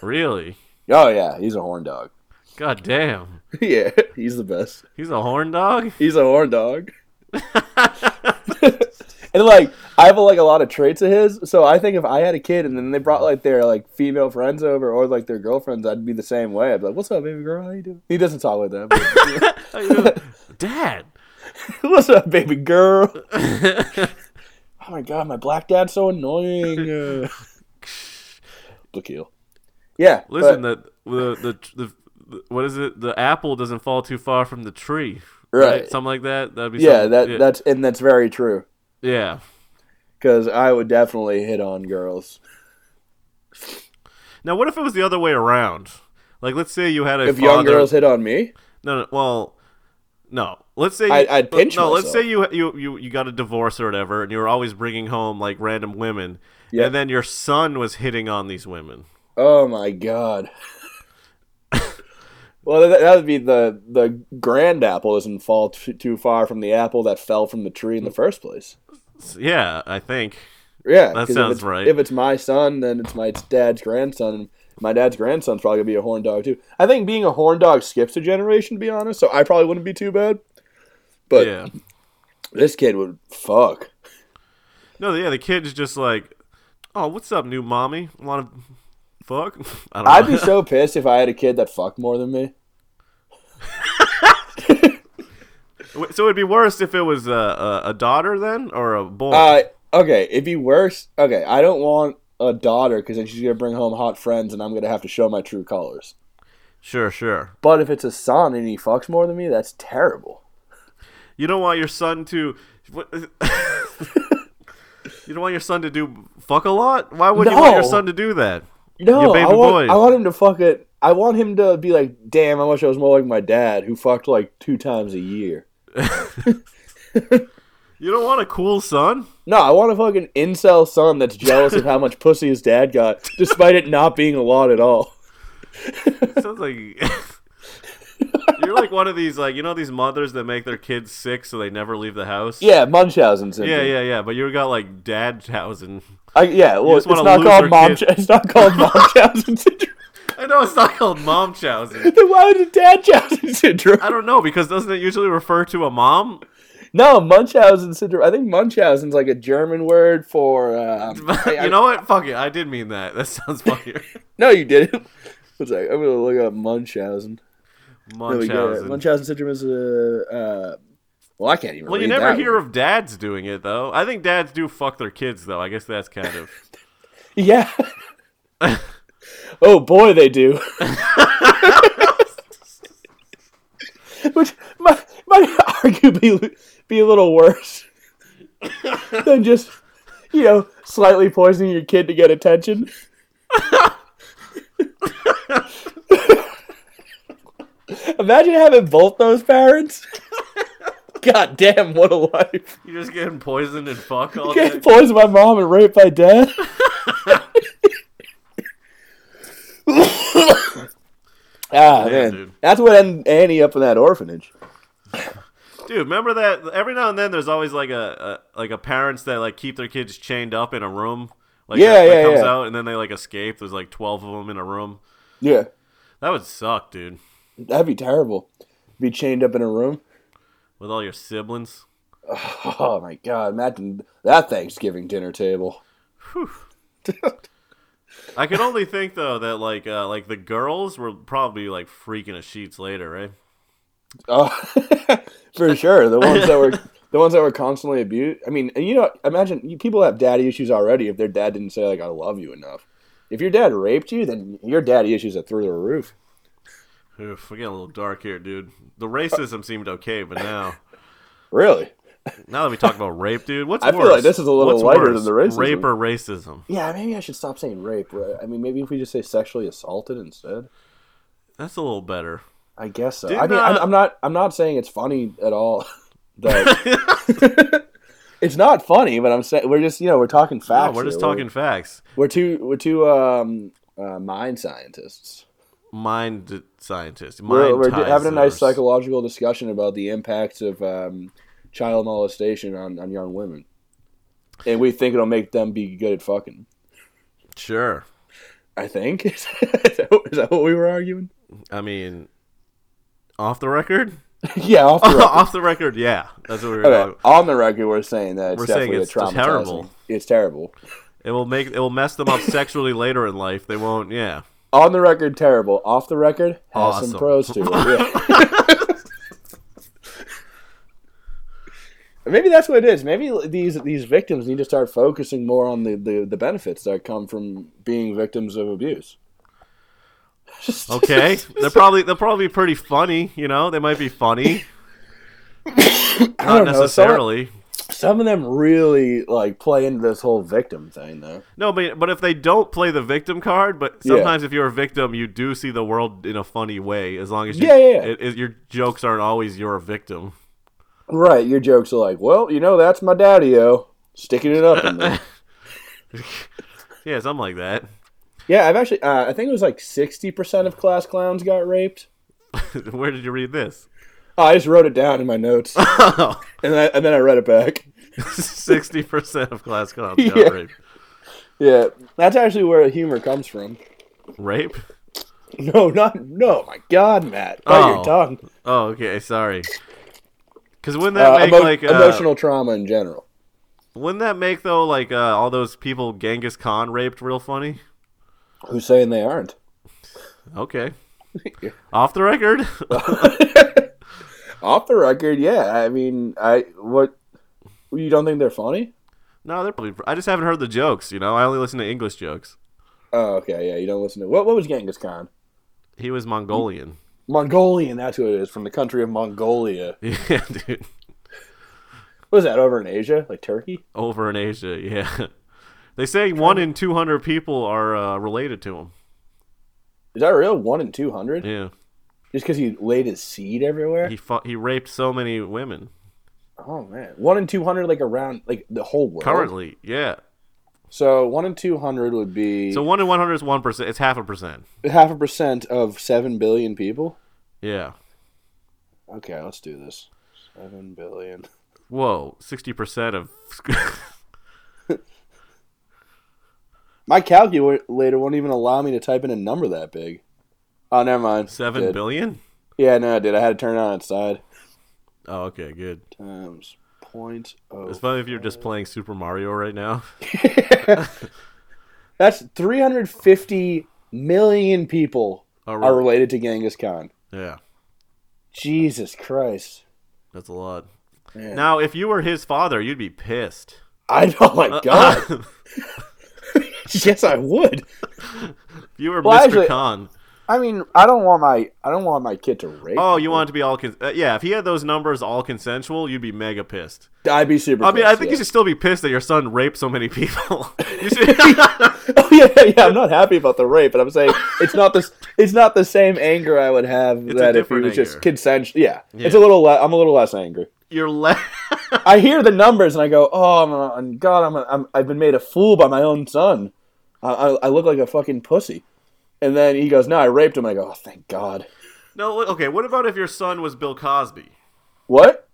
[SPEAKER 3] Really?
[SPEAKER 2] Oh yeah, he's a horn dog.
[SPEAKER 3] God damn.
[SPEAKER 2] yeah, he's the best.
[SPEAKER 3] He's a horn dog?
[SPEAKER 2] He's a horn dog. and like I have like a lot of traits of his, so I think if I had a kid and then they brought like their like female friends over or like their girlfriends, I'd be the same way. I'd be like, "What's up, baby girl? How you doing?" He doesn't talk like that. but-
[SPEAKER 3] Dad.
[SPEAKER 2] What's up, baby girl? oh my god, my black dad's so annoying. Uh, Look heel. Yeah.
[SPEAKER 3] Listen, the, the, the, the, what is it? The apple doesn't fall too far from the tree.
[SPEAKER 2] Right.
[SPEAKER 3] Something like that. That'd be
[SPEAKER 2] but, yeah,
[SPEAKER 3] something-
[SPEAKER 2] that
[SPEAKER 3] yeah,
[SPEAKER 2] that's and that's very true.
[SPEAKER 3] Yeah.
[SPEAKER 2] Because I would definitely hit on girls.
[SPEAKER 3] Now, what if it was the other way around? Like, let's say you had a
[SPEAKER 2] If young
[SPEAKER 3] father.
[SPEAKER 2] girls hit on me,
[SPEAKER 3] No, no. Well, no. Let's say
[SPEAKER 2] I- I'd pinch
[SPEAKER 3] No, let's
[SPEAKER 2] myself.
[SPEAKER 3] say you you you you got a divorce or whatever, and you were always bringing home like random women,
[SPEAKER 2] Yeah.
[SPEAKER 3] and then your son was hitting on these women.
[SPEAKER 2] oh my god. well, that, that would be the the grand apple doesn't fall t- too far from the apple that fell from the tree in the first place.
[SPEAKER 3] S- Yeah, I think.
[SPEAKER 2] Yeah,
[SPEAKER 3] That
[SPEAKER 2] 'cause if
[SPEAKER 3] sounds
[SPEAKER 2] it's-
[SPEAKER 3] right.
[SPEAKER 2] If it's my son, then it's my dad's grandson, and my dad's grandson's probably gonna be a horn dog too. I think being a horn dog skips a generation, to be honest. So I probably wouldn't be too bad. But
[SPEAKER 3] yeah.
[SPEAKER 2] this kid would fuck.
[SPEAKER 3] No, yeah. The kid's just like, oh, what's up, new mommy? Want to fuck? I don't
[SPEAKER 2] I'd
[SPEAKER 3] know.
[SPEAKER 2] be so pissed if I had a kid that fucked more than me.
[SPEAKER 3] so it'd be worse if it was a, a, a daughter then or a boy.
[SPEAKER 2] Uh, okay, it'd be worse. Okay, I don't want a daughter because then she's gonna bring home hot friends, and I'm gonna have to show my true colors.
[SPEAKER 3] sure, sure.
[SPEAKER 2] But if it's a son and he fucks more than me, that's terrible.
[SPEAKER 3] You don't want your son to. you don't want your son to do fuck a lot. Why would you want your
[SPEAKER 2] No.
[SPEAKER 3] son to do that?
[SPEAKER 2] No,
[SPEAKER 3] Your baby
[SPEAKER 2] I want
[SPEAKER 3] boy.
[SPEAKER 2] I want him to fuck it. I want him to be like, damn, I wish I was more like my dad, who fucked like two times a year.
[SPEAKER 3] You don't want a cool son.
[SPEAKER 2] No, I want a fucking incel son that's jealous of how much pussy his dad got, despite it not being a lot at all.
[SPEAKER 3] Sounds like you're like one of these like you know these mothers that make their kids sick so they never leave the house.
[SPEAKER 2] Yeah, Munchausen syndrome.
[SPEAKER 3] yeah, yeah, yeah. But you got like dad housing.
[SPEAKER 2] I, yeah, well,
[SPEAKER 3] just
[SPEAKER 2] it's
[SPEAKER 3] wanna
[SPEAKER 2] not
[SPEAKER 3] lose
[SPEAKER 2] called
[SPEAKER 3] your
[SPEAKER 2] mom.
[SPEAKER 3] kid.
[SPEAKER 2] It's not called Munchausen syndrome.
[SPEAKER 3] I know it's not called mom chousing.
[SPEAKER 2] Then why is it Dadchausen syndrome?
[SPEAKER 3] I don't know because doesn't it usually refer to a mom?
[SPEAKER 2] No, Munchausen syndrome. I think Munchausen's like a German word for. Uh, I- I-
[SPEAKER 3] you know what? Fuck it. I did mean that. That sounds funnier.
[SPEAKER 2] No, you didn't. It's like I'm gonna look up Munchausen. No, we got it.
[SPEAKER 3] Munchausen.
[SPEAKER 2] Munchausen syndrome is a. Uh, well, I can't even.
[SPEAKER 3] well, you
[SPEAKER 2] read
[SPEAKER 3] never
[SPEAKER 2] that
[SPEAKER 3] hear
[SPEAKER 2] one.
[SPEAKER 3] of dads doing it though. I think dads do fuck their kids though. I guess that's kind of.
[SPEAKER 2] Yeah. oh boy, they do. Which might, might arguably be a little worse than just, you know, slightly poisoning your kid to get attention. Imagine having both those parents. God damn, what a life.
[SPEAKER 3] You're just getting poisoned and fuck all day.
[SPEAKER 2] Get poisoned by mom and raped by dad. ah man,
[SPEAKER 3] dude.
[SPEAKER 2] that's what ended Annie up in that orphanage.
[SPEAKER 3] Dude, remember that every now and then there's always like a, a like a parents that like keep their kids chained up in a room. Like
[SPEAKER 2] Yeah,
[SPEAKER 3] that, that
[SPEAKER 2] yeah,
[SPEAKER 3] comes
[SPEAKER 2] yeah.
[SPEAKER 3] out and then they like escape. There's like 12 of them in a room.
[SPEAKER 2] Yeah,
[SPEAKER 3] That would suck, dude.
[SPEAKER 2] that'd be terrible. Be chained up in a room.
[SPEAKER 3] With all your siblings.
[SPEAKER 2] Oh my god, imagine that Thanksgiving dinner table.
[SPEAKER 3] I can only think though that like uh, like the girls were probably like freaking a sheets later, right?
[SPEAKER 2] Oh, for sure. The ones that were the ones that were constantly abused. I mean, and you know, imagine you- people have daddy issues already if their dad didn't say like "I love you" enough. If your dad raped you, then your daddy issues are through the roof.
[SPEAKER 3] Oof, we're getting a little dark here, dude. The racism seemed okay, but now
[SPEAKER 2] Really?
[SPEAKER 3] now that we talk about rape, dude, what's
[SPEAKER 2] I
[SPEAKER 3] worse?
[SPEAKER 2] feel like this is a little
[SPEAKER 3] What's
[SPEAKER 2] lighter than
[SPEAKER 3] worse,
[SPEAKER 2] the racism.
[SPEAKER 3] Rape or racism?
[SPEAKER 2] Yeah, maybe I should stop saying rape. right? I mean, maybe if we just say sexually assaulted instead.
[SPEAKER 3] That's a little better.
[SPEAKER 2] I guess so.
[SPEAKER 3] Did
[SPEAKER 2] I mean,
[SPEAKER 3] not-
[SPEAKER 2] I'm, I'm not. I'm not saying it's funny at all. That it's not funny, but I'm saying we're just you know we're talking facts.
[SPEAKER 3] No, we're just
[SPEAKER 2] here.
[SPEAKER 3] talking facts.
[SPEAKER 2] We're two. We're two um, uh, mind scientists.
[SPEAKER 3] Mind scientist.
[SPEAKER 2] We're,
[SPEAKER 3] Mind
[SPEAKER 2] we're di- having a nice
[SPEAKER 3] tizers.
[SPEAKER 2] psychological discussion about the impacts of um, child molestation on, on young women, and we think it'll make them be good at fucking.
[SPEAKER 3] Sure.
[SPEAKER 2] I think is that what- is that what we were arguing?
[SPEAKER 3] I mean, off the record.
[SPEAKER 2] Yeah, off the record.
[SPEAKER 3] off the record. Yeah, that's what we were talking.
[SPEAKER 2] Okay, on the record, we're saying that it's
[SPEAKER 3] Uh, We're saying
[SPEAKER 2] definitely
[SPEAKER 3] it's
[SPEAKER 2] a traumatizing.
[SPEAKER 3] terrible.
[SPEAKER 2] It's terrible.
[SPEAKER 3] It will make it will mess them up sexually later in life. They won't. Yeah.
[SPEAKER 2] On the record, terrible. Off the record, has
[SPEAKER 3] Awesome.
[SPEAKER 2] some pros to it. yeah. Maybe that's what it is. Maybe these these victims need to start focusing more on the, the, the benefits that come from being victims of abuse.
[SPEAKER 3] Okay. they're probably they're probably pretty funny. You know, they might be funny.
[SPEAKER 2] I
[SPEAKER 3] Not
[SPEAKER 2] don't know, some,
[SPEAKER 3] necessarily.
[SPEAKER 2] some of them really like play into this whole victim thing, though.
[SPEAKER 3] No, but but if they don't play the victim card, but
[SPEAKER 2] Yeah.
[SPEAKER 3] sometimes if you're a victim, you do see the world in a funny way. As long as you,
[SPEAKER 2] Yeah, yeah, yeah.
[SPEAKER 3] It, it, your jokes aren't always you're a victim.
[SPEAKER 2] Right? Your jokes are like, well, you know, that's my daddy-o sticking it up in there.
[SPEAKER 3] Yeah, something like that.
[SPEAKER 2] Yeah, I've actually. Uh, I think it was like sixty percent of class clowns got raped.
[SPEAKER 3] Where did you read this?
[SPEAKER 2] Oh, I just wrote it down in my notes, and then I, and then I read it back.
[SPEAKER 3] Sixty percent of class clowns got
[SPEAKER 2] Yeah.
[SPEAKER 3] raped.
[SPEAKER 2] Yeah, that's actually where humor comes from.
[SPEAKER 3] Rape?
[SPEAKER 2] No, not no. My God, Matt, bite
[SPEAKER 3] Oh.
[SPEAKER 2] your tongue.
[SPEAKER 3] Oh, okay. Sorry. Because wouldn't that
[SPEAKER 2] Uh,
[SPEAKER 3] make
[SPEAKER 2] emo-
[SPEAKER 3] like uh,
[SPEAKER 2] emotional trauma in general.
[SPEAKER 3] Wouldn't that make though like uh, all those people Genghis Khan raped real funny?
[SPEAKER 2] Who's saying they aren't?
[SPEAKER 3] Okay. Off the record.
[SPEAKER 2] Off the record, yeah. I mean, I what you don't think they're funny?
[SPEAKER 3] no, they're probably. I just haven't heard the jokes. You know, I only listen to English jokes.
[SPEAKER 2] Oh, okay, yeah. You don't listen to what? What was Genghis Khan?
[SPEAKER 3] He was Mongolian.
[SPEAKER 2] Mongolian. That's who it is from the country of Mongolia.
[SPEAKER 3] Yeah, dude.
[SPEAKER 2] What is that over in Asia? Like Turkey?
[SPEAKER 3] over in Asia. Yeah, they say one in two hundred people are uh, related to him.
[SPEAKER 2] Is that real? One in two hundred?
[SPEAKER 3] Yeah,
[SPEAKER 2] Just because he laid his seed everywhere?
[SPEAKER 3] he fought, he raped so many women.
[SPEAKER 2] oh man, one in two hundred, like around like the whole world.
[SPEAKER 3] Currently, yeah.
[SPEAKER 2] So one in two hundred would be
[SPEAKER 3] So one in one hundred is one percent. It's half a percent.
[SPEAKER 2] half a percent of seven billion people.
[SPEAKER 3] Yeah.
[SPEAKER 2] Okay, let's do this. Seven billion.
[SPEAKER 3] Whoa, sixty percent of.
[SPEAKER 2] My calculator won't even allow me to type in a number that big. Oh, never mind.
[SPEAKER 3] Seven
[SPEAKER 2] Did.
[SPEAKER 3] billion?
[SPEAKER 2] Yeah, no, I did. I had to turn it on its side.
[SPEAKER 3] Oh, okay, good.
[SPEAKER 2] Times point oh.
[SPEAKER 3] It's funny if you're just playing Super Mario right now.
[SPEAKER 2] That's 350 million people
[SPEAKER 3] Oh,
[SPEAKER 2] are
[SPEAKER 3] really?
[SPEAKER 2] related to Genghis Khan.
[SPEAKER 3] Yeah,
[SPEAKER 2] Jesus Christ.
[SPEAKER 3] that's a lot.
[SPEAKER 2] Man.
[SPEAKER 3] Now, if you were his father, you'd be pissed.
[SPEAKER 2] I oh
[SPEAKER 3] Uh,
[SPEAKER 2] my god. yes, I would.
[SPEAKER 3] if you were
[SPEAKER 2] Well,
[SPEAKER 3] Mr.
[SPEAKER 2] actually-
[SPEAKER 3] Khan.
[SPEAKER 2] I mean, I don't want my I don't want my kid to rape.
[SPEAKER 3] Oh, you want it to be all con- uh, yeah? If he had those numbers all consensual, you'd be mega pissed.
[SPEAKER 2] I'd be super.
[SPEAKER 3] I mean, I think
[SPEAKER 2] yeah.
[SPEAKER 3] you should still be pissed that your son raped so many people. you should.
[SPEAKER 2] Oh yeah, yeah. I'm not happy about the rape, but I'm saying it's not this. It's not the same anger I would have
[SPEAKER 3] It's a
[SPEAKER 2] that if he
[SPEAKER 3] different
[SPEAKER 2] was just
[SPEAKER 3] anger.
[SPEAKER 2] consensual. Yeah, it's
[SPEAKER 3] Yeah.
[SPEAKER 2] a little. Le- I'm a little less angry.
[SPEAKER 3] You're le-
[SPEAKER 2] I hear the numbers and I go, "Oh I'm a, I'm- God, I'm, a, I'm I've been made a fool by my own son. I, I, I look like a fucking pussy." And then he goes, "No, I raped him." I go, "Oh, thank God."
[SPEAKER 3] no. what- Okay, what about if your son was Bill Cosby?
[SPEAKER 2] What?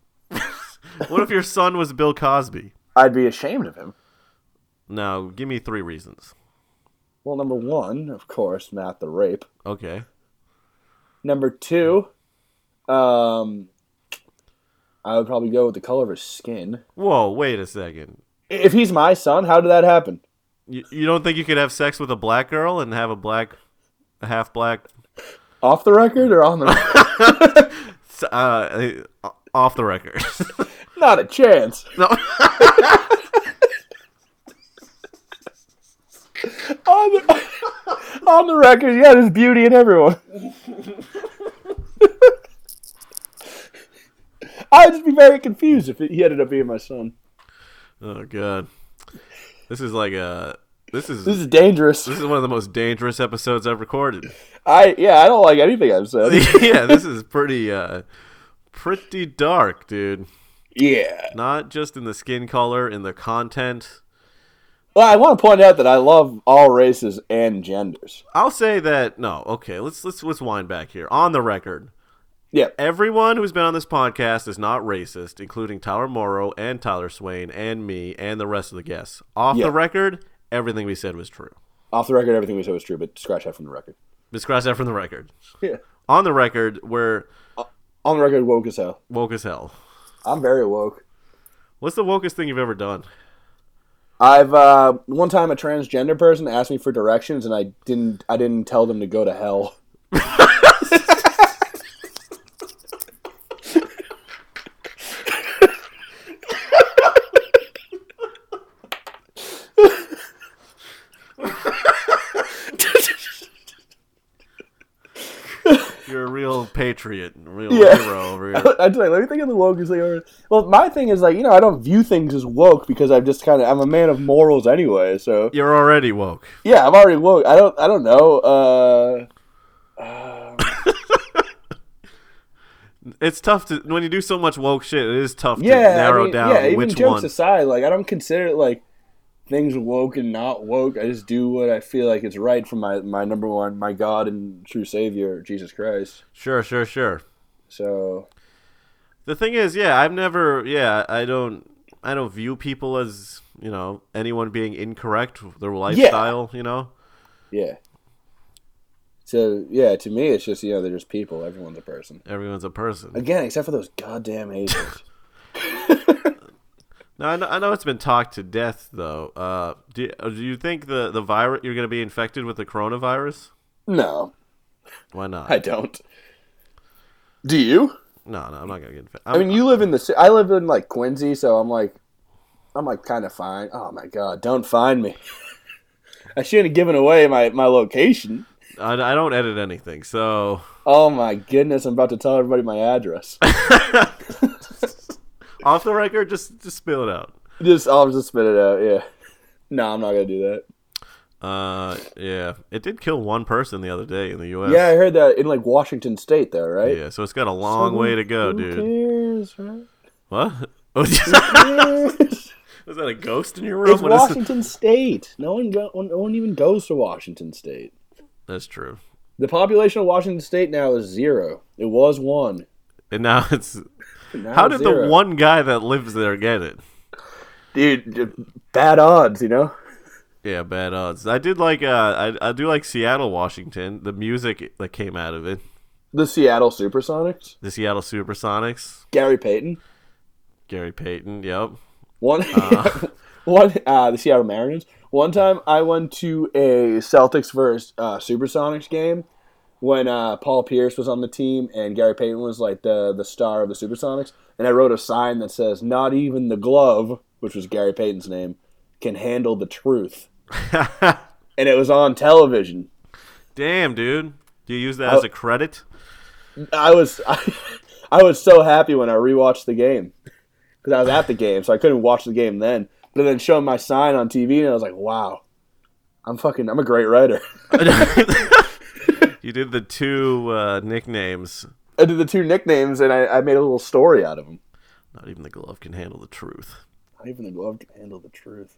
[SPEAKER 3] What if your son was Bill Cosby?
[SPEAKER 2] I'd be ashamed of him.
[SPEAKER 3] No, give me three reasons.
[SPEAKER 2] Well, number one, of course, not the rape.
[SPEAKER 3] Okay.
[SPEAKER 2] Number two, um, I would probably go with the color of his skin.
[SPEAKER 3] Whoa, wait a second.
[SPEAKER 2] If he's my son, how did that happen?
[SPEAKER 3] You, you don't think you could have sex with a black girl and have a black, a half black,
[SPEAKER 2] Off the record or on the record?
[SPEAKER 3] uh, off the record?
[SPEAKER 2] Not a chance.
[SPEAKER 3] no.
[SPEAKER 2] On the, on the record, yeah, there's beauty in everyone. I'd just be very confused if he ended up being my son.
[SPEAKER 3] Oh god, this is like a this is
[SPEAKER 2] This is dangerous.
[SPEAKER 3] this is one of the most dangerous episodes I've recorded.
[SPEAKER 2] I yeah, I don't like anything I've said.
[SPEAKER 3] yeah, this is pretty uh, pretty dark, dude.
[SPEAKER 2] Yeah.
[SPEAKER 3] Not just in the skin color, in the content.
[SPEAKER 2] Well, I want to point out that I love all races and genders.
[SPEAKER 3] I'll say that no. Okay, let's let's let's wind back here. On the record,
[SPEAKER 2] Yeah.
[SPEAKER 3] everyone who's been on this podcast is not racist, including Tyler Morrow and Tyler Swain and me and the rest of the guests. Off
[SPEAKER 2] Yeah.
[SPEAKER 3] the record, everything we said was true.
[SPEAKER 2] Off the record, everything we said was true, but scratch that from the record.
[SPEAKER 3] Let's cross that from the record.
[SPEAKER 2] Yeah.
[SPEAKER 3] On the record, we're
[SPEAKER 2] On the record, woke as hell.
[SPEAKER 3] woke as hell.
[SPEAKER 2] I'm very woke.
[SPEAKER 3] What's the wokest thing you've ever done?
[SPEAKER 2] I've uh, one time a transgender person asked me for directions, and I didn't. I didn't tell them to go to hell.
[SPEAKER 3] You're a real patriot, and real
[SPEAKER 2] Yeah.
[SPEAKER 3] hero over here.
[SPEAKER 2] I was like, let me think of the wokest thing. ever. Well, my thing is like you know I don't view things as woke because I'm just kind of I'm a man of morals anyway. So
[SPEAKER 3] You're already woke.
[SPEAKER 2] yeah, I'm already woke. I don't. I don't know. Uh,
[SPEAKER 3] It's tough to when you do so much woke shit. It is tough
[SPEAKER 2] yeah,
[SPEAKER 3] to
[SPEAKER 2] I
[SPEAKER 3] narrow
[SPEAKER 2] mean,
[SPEAKER 3] down
[SPEAKER 2] yeah. Even
[SPEAKER 3] which
[SPEAKER 2] jokes
[SPEAKER 3] one.
[SPEAKER 2] aside, like I don't consider like things woke and not woke. I just do what I feel like is right for my my number one, my God and true Savior, Jesus Christ.
[SPEAKER 3] Sure, sure, sure.
[SPEAKER 2] So
[SPEAKER 3] The thing is, yeah, I've never, yeah, I don't, I don't view people as you know anyone being incorrect with their lifestyle. You know,
[SPEAKER 2] yeah. So yeah, to me, it's just you know they're just people. Everyone's a person.
[SPEAKER 3] everyone's a person.
[SPEAKER 2] Again, except for those goddamn Asians.
[SPEAKER 3] Now I know, I know it's been talked to death though. Uh, do, uh, do you think the the virus you're going to be infected with the coronavirus?
[SPEAKER 2] no,
[SPEAKER 3] Why not?
[SPEAKER 2] I don't. Do you?
[SPEAKER 3] no, no, I'm not going to get infected.
[SPEAKER 2] I mean, you live in the. ci- I live in like Quincy, so I'm like, I'm like kind of fine. Oh my god, don't find me. I shouldn't have given away my my location.
[SPEAKER 3] I, I don't edit anything, so
[SPEAKER 2] Oh my goodness, I'm about to tell everybody my address.
[SPEAKER 3] off the record, just just spill it out.
[SPEAKER 2] Just I'll just spit it out. Yeah. No, I'm not gonna do that.
[SPEAKER 3] Uh, yeah, it did kill one person the other day in the U.S.
[SPEAKER 2] Yeah, I heard that in like Washington State, though, right?
[SPEAKER 3] Yeah, so it's got a long way to go,
[SPEAKER 2] Who
[SPEAKER 3] dude.
[SPEAKER 2] cares, right?
[SPEAKER 3] What? Was
[SPEAKER 2] Who cares?
[SPEAKER 3] that a ghost in your room?
[SPEAKER 2] It's
[SPEAKER 3] What is-
[SPEAKER 2] Washington State. No one go, no one even goes to Washington State.
[SPEAKER 3] That's true.
[SPEAKER 2] The population of Washington State now is zero. It was one.
[SPEAKER 3] And now it's.
[SPEAKER 2] Now
[SPEAKER 3] How
[SPEAKER 2] it's
[SPEAKER 3] did
[SPEAKER 2] zero.
[SPEAKER 3] the one guy that lives there get it?
[SPEAKER 2] dude d- bad odds? You know.
[SPEAKER 3] Yeah, bad odds. I did like. Uh, I I do like Seattle, Washington. The music that came out of it.
[SPEAKER 2] The Seattle Supersonics.
[SPEAKER 3] The Seattle SuperSonics.
[SPEAKER 2] Gary Payton.
[SPEAKER 3] Gary Payton. Yep.
[SPEAKER 2] One, one. Uh, the Seattle Mariners. One time, I went to a Celtics versus uh, Supersonics game when uh, Paul Pierce was on the team and Gary Payton was like the the star of the Supersonics. And I wrote a sign that says, "Not even the glove," which was Gary Payton's name, can handle the truth. and it was on television.
[SPEAKER 3] Damn, dude. Do you use that
[SPEAKER 2] Oh.
[SPEAKER 3] as a credit?
[SPEAKER 2] I was I, I was so happy when I rewatched the game because I was at the game, so I couldn't watch the game then. But then showing my sign on TV, and I was like, "Wow, I'm fucking, I'm a great writer."
[SPEAKER 3] you did the two uh, nicknames.
[SPEAKER 2] I did the two nicknames, and I, I made a little story out of them.
[SPEAKER 3] Not even the glove can handle the truth.
[SPEAKER 2] Not even the glove can handle the truth.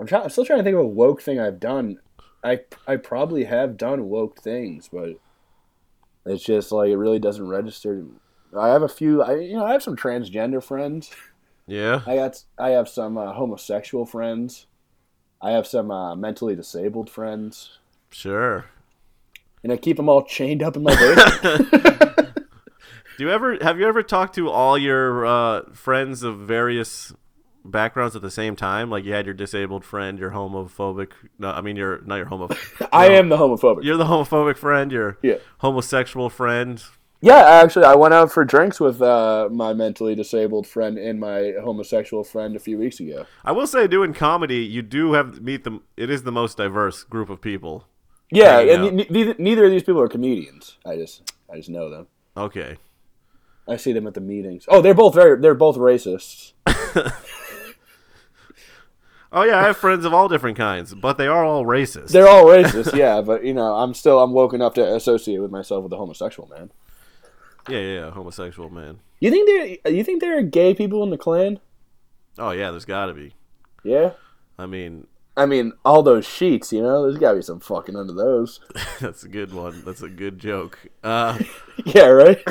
[SPEAKER 2] I'm trying. I'm still trying to think of a woke thing I've done. I I probably have done woke things, but it's just like it really doesn't register. I have a few. I you know I have some transgender friends.
[SPEAKER 3] Yeah.
[SPEAKER 2] I got I have some uh, homosexual friends. I have some uh, mentally disabled friends,
[SPEAKER 3] Sure.
[SPEAKER 2] and I keep them all chained up in my basement.
[SPEAKER 3] Do you ever have you ever talked to all your uh, friends of various backgrounds at the same time? Like you had your disabled friend, your homophobic. No, I mean your not your homophobic.
[SPEAKER 2] I am the homophobic.
[SPEAKER 3] You're the homophobic friend. Your
[SPEAKER 2] Yeah.
[SPEAKER 3] homosexual friend.
[SPEAKER 2] Yeah, actually, I went out for drinks with uh, my mentally disabled friend and my homosexual friend a few weeks ago.
[SPEAKER 3] I will say, doing comedy, you do have meet them. It is the most diverse group of people.
[SPEAKER 2] Yeah,
[SPEAKER 3] Hanging
[SPEAKER 2] and
[SPEAKER 3] out.
[SPEAKER 2] ne- neither, neither of these people are comedians. I just I just know them.
[SPEAKER 3] Okay.
[SPEAKER 2] I see them at the meetings. Oh, they're both very they're both racists.
[SPEAKER 3] Oh yeah, I have friends of all different kinds, but they are all racist.
[SPEAKER 2] They're all racist, yeah. But you know, I'm still I'm woke enough to associate with myself with a homosexual man.
[SPEAKER 3] yeah, yeah, yeah, homosexual man.
[SPEAKER 2] You think there you think there are gay people in the Klan?
[SPEAKER 3] Oh yeah, there's got to be.
[SPEAKER 2] Yeah.
[SPEAKER 3] I mean,
[SPEAKER 2] I mean, all those sheets, you know, there's got to be some fucking under those.
[SPEAKER 3] that's a good one. That's a good joke. Uh,
[SPEAKER 2] yeah, right.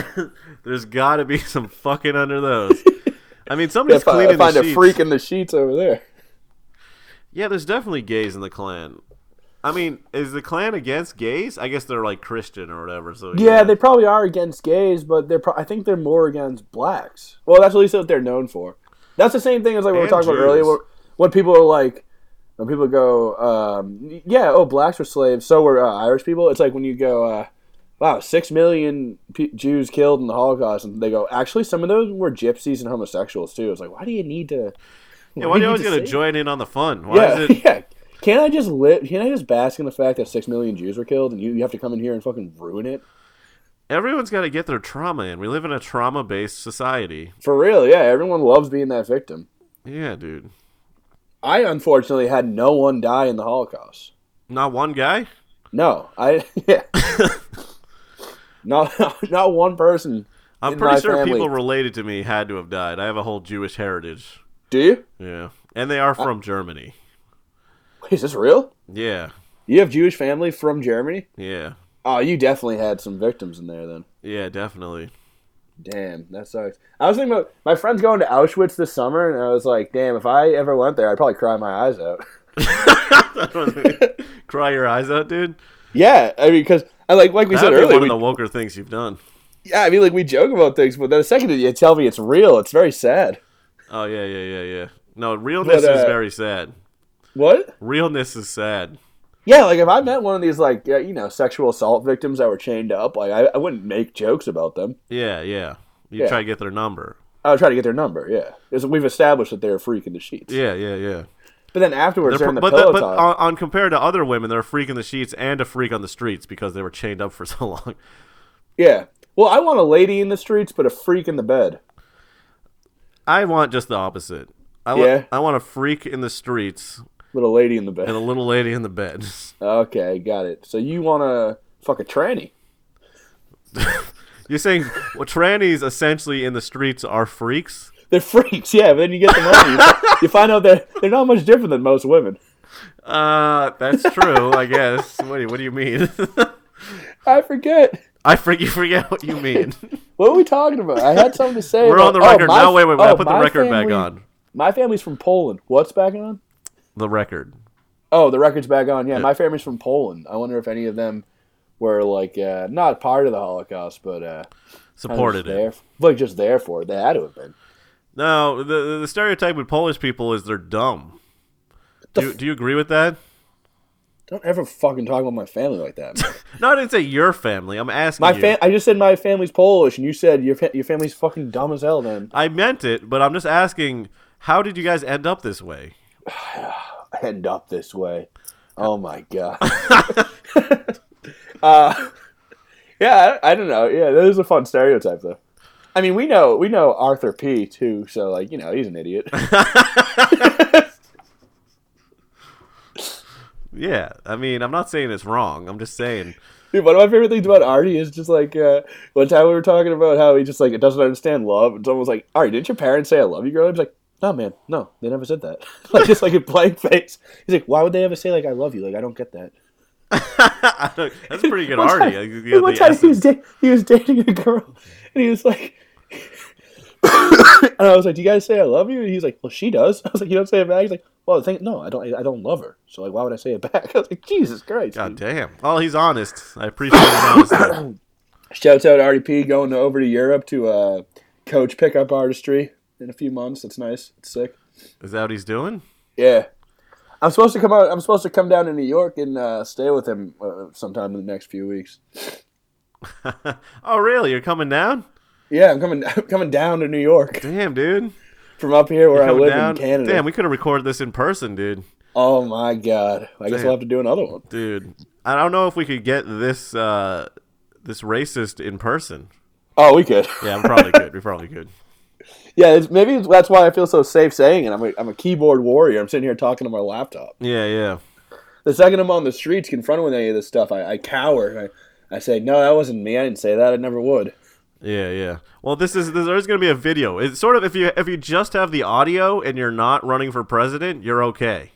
[SPEAKER 3] There's got to be some fucking under those. I mean, somebody's
[SPEAKER 2] If I,
[SPEAKER 3] cleaning
[SPEAKER 2] I find
[SPEAKER 3] the
[SPEAKER 2] a
[SPEAKER 3] sheets.
[SPEAKER 2] freak in the sheets over there.
[SPEAKER 3] Yeah, there's definitely gays in the Klan. I mean, is the Klan against gays? I guess they're like Christian or whatever. So
[SPEAKER 2] Yeah, they probably are against gays, but they're pro- I think they're more against blacks. Well, that's at least what they're known for. That's the same thing as like what we
[SPEAKER 3] And
[SPEAKER 2] talked about earlier,
[SPEAKER 3] Jews.
[SPEAKER 2] where, when people are like, when people go, um, yeah, oh, blacks were slaves, so were uh, Irish people. It's like when you go, uh, wow, six million pe Jews killed in the Holocaust, and they go, actually, some of those were gypsies and homosexuals too. It's like, why do you need to?
[SPEAKER 3] Yeah, why do you always
[SPEAKER 2] need
[SPEAKER 3] gotta
[SPEAKER 2] say
[SPEAKER 3] join in on the fun? Why
[SPEAKER 2] yeah,
[SPEAKER 3] is it?
[SPEAKER 2] yeah. Can I just live? Can I just bask in the fact that six million Jews were killed, and you, you have to come in here and fucking ruin it
[SPEAKER 3] Everyone's got to get their trauma in. We live in a trauma-based society.
[SPEAKER 2] for real? Yeah, everyone loves being that victim.
[SPEAKER 3] Yeah, dude.
[SPEAKER 2] I unfortunately had no one die in the Holocaust.
[SPEAKER 3] Not one guy.
[SPEAKER 2] No, I yeah. not not one person.
[SPEAKER 3] I'm
[SPEAKER 2] in my
[SPEAKER 3] pretty sure
[SPEAKER 2] family.
[SPEAKER 3] people related to me had to have died. I have a whole Jewish heritage.
[SPEAKER 2] Do you?
[SPEAKER 3] Yeah, and they are
[SPEAKER 2] Uh,
[SPEAKER 3] from Germany.
[SPEAKER 2] Wait, is this real?
[SPEAKER 3] Yeah,
[SPEAKER 2] You have Jewish family from Germany?
[SPEAKER 3] yeah,
[SPEAKER 2] Oh, you definitely had some victims in there then.
[SPEAKER 3] yeah. Definitely.
[SPEAKER 2] Damn, that sucks. I was thinking about my friend's going to Auschwitz this summer, and I was like, damn, if I ever went there, I'd probably cry my eyes out.
[SPEAKER 3] Cry your eyes out, dude.
[SPEAKER 2] Yeah, I mean, because I like like we
[SPEAKER 3] That'd
[SPEAKER 2] said
[SPEAKER 3] be
[SPEAKER 2] earlier,
[SPEAKER 3] one
[SPEAKER 2] we,
[SPEAKER 3] of the woker things you've done.
[SPEAKER 2] yeah, I mean, like we joke about things, but then the second you tell me it's real, it's very sad.
[SPEAKER 3] Oh yeah, yeah, yeah, yeah. No, realness
[SPEAKER 2] But,
[SPEAKER 3] is
[SPEAKER 2] uh,
[SPEAKER 3] very sad.
[SPEAKER 2] What?
[SPEAKER 3] Realness is sad.
[SPEAKER 2] Yeah, like if I met one of these, like yeah, you know, sexual assault victims that were chained up, like I, I wouldn't make jokes about them.
[SPEAKER 3] Yeah, yeah. You
[SPEAKER 2] Yeah.
[SPEAKER 3] try to get their number.
[SPEAKER 2] I would try to get their number. Yeah, 'Cause we've established that they're a freak in the sheets.
[SPEAKER 3] Yeah, yeah, yeah.
[SPEAKER 2] But then afterwards, they're in the
[SPEAKER 3] but
[SPEAKER 2] pillow
[SPEAKER 3] but uh,
[SPEAKER 2] talk.
[SPEAKER 3] on, on compared to other women, they're a freak in the sheets and a freak on the streets because they were chained up for so long.
[SPEAKER 2] yeah. Well, I want a lady in the streets, but a freak in the bed.
[SPEAKER 3] I want just the opposite. I want
[SPEAKER 2] Yeah.
[SPEAKER 3] I want a freak in the streets
[SPEAKER 2] Little lady in the
[SPEAKER 3] and a
[SPEAKER 2] bed.
[SPEAKER 3] little lady in the bed.
[SPEAKER 2] Okay, got it. So you want to fuck a tranny?
[SPEAKER 3] You're saying well, trannies essentially in the streets are freaks?
[SPEAKER 2] They're freaks, yeah. But then you get the money, you, you find out that they're not much different than most women.
[SPEAKER 3] Uh, that's true, I guess. What do you, what do you mean?
[SPEAKER 2] I forget.
[SPEAKER 3] I freak you forget what you mean.
[SPEAKER 2] What were we talking about? I had something to say.
[SPEAKER 3] We're on
[SPEAKER 2] about-
[SPEAKER 3] the
[SPEAKER 2] oh,
[SPEAKER 3] record
[SPEAKER 2] my-
[SPEAKER 3] now. Wait, wait, wait. I
[SPEAKER 2] oh,
[SPEAKER 3] put the
[SPEAKER 2] my
[SPEAKER 3] record back
[SPEAKER 2] family-
[SPEAKER 3] on.
[SPEAKER 2] My family's from Poland. What's back on?
[SPEAKER 3] The record.
[SPEAKER 2] Oh, the record's back on. Yeah, my family's from Poland. I wonder if any of them were like uh, not part of the Holocaust, but uh, kind of just
[SPEAKER 3] Supported it.
[SPEAKER 2] there, like just there for it. They had to have been.
[SPEAKER 3] No, the the stereotype with Polish people is they're dumb.
[SPEAKER 2] The
[SPEAKER 3] Do,
[SPEAKER 2] f-
[SPEAKER 3] do you agree with that?
[SPEAKER 2] Don't ever fucking talk about my family like that. man.
[SPEAKER 3] No, I didn't say your family. I'm asking
[SPEAKER 2] My
[SPEAKER 3] you.
[SPEAKER 2] fam- I just said my family's Polish, and you said your fa- your family's fucking dumb as hell. Then
[SPEAKER 3] I meant it, but I'm just asking, how did you guys end up this way?
[SPEAKER 2] end up this way. Oh my god. uh, yeah, I, I don't know. Yeah, that is a fun stereotype, though. I mean, we know we know Arthur P too, so like you know he's an idiot.
[SPEAKER 3] Yeah, I mean, I'm not saying it's wrong. I'm just saying
[SPEAKER 2] Dude, one of my favorite things about Artie is just like uh, one time we were talking about how he just like doesn't understand love, and someone was like, "Artie, didn't your parents say I love you, girl?" He's like, "No, man, no, they never said that." like just like in plain face, he's like, "Why would they ever say like I love you? Like I don't get that."
[SPEAKER 3] I don't- that's a pretty good
[SPEAKER 2] One
[SPEAKER 3] Artie.
[SPEAKER 2] time-
[SPEAKER 3] Like, you got
[SPEAKER 2] one
[SPEAKER 3] the
[SPEAKER 2] time he
[SPEAKER 3] essence.
[SPEAKER 2] was, da- he was dating a girl, and he was like, and I was like, "Do you guys say I love you?" And he's like, "Well, she does." I was like, "You don't say it back." He's like, "Well, the thing, no, I don't. I don't love her. So like, why would I say it back?" I was like, "Jesus Christ!"
[SPEAKER 3] God
[SPEAKER 2] dude."
[SPEAKER 3] damn. Well, he's honest. I appreciate his honesty.
[SPEAKER 2] Shouts out RDP going over to Europe to uh, coach pickup artistry in a few months. That's nice. It's sick.
[SPEAKER 3] Is that what he's doing?
[SPEAKER 2] Yeah. I'm supposed to come out. I'm supposed to come down to New York and uh, stay with him uh, sometime in the next few weeks.
[SPEAKER 3] oh, really? You're coming down?
[SPEAKER 2] Yeah, I'm coming. I'm coming down to New York
[SPEAKER 3] Damn, dude.
[SPEAKER 2] from up here where I
[SPEAKER 3] Coming
[SPEAKER 2] live
[SPEAKER 3] down?
[SPEAKER 2] in Canada.
[SPEAKER 3] Damn, we could have recorded this in person, dude.
[SPEAKER 2] Oh my god! I guess
[SPEAKER 3] Damn.
[SPEAKER 2] I'll have to do another one.
[SPEAKER 3] Dude, I don't know if we could get this uh, this racist in person.
[SPEAKER 2] Oh, we could.
[SPEAKER 3] Yeah, we probably could. We probably could.
[SPEAKER 2] Yeah, it's, maybe it's, that's why I feel so safe saying it. I'm a, I'm a keyboard warrior. I'm sitting here talking to my laptop.
[SPEAKER 3] Yeah, yeah.
[SPEAKER 2] The second I'm on the streets confronted with any of this stuff, I, I cower. and I, I say, no, that wasn't me. I didn't say that. I never would.
[SPEAKER 3] Yeah, yeah. Well, this is there's going to be a video. It's sort of if you if you just have the audio and you're not running for president, you're okay.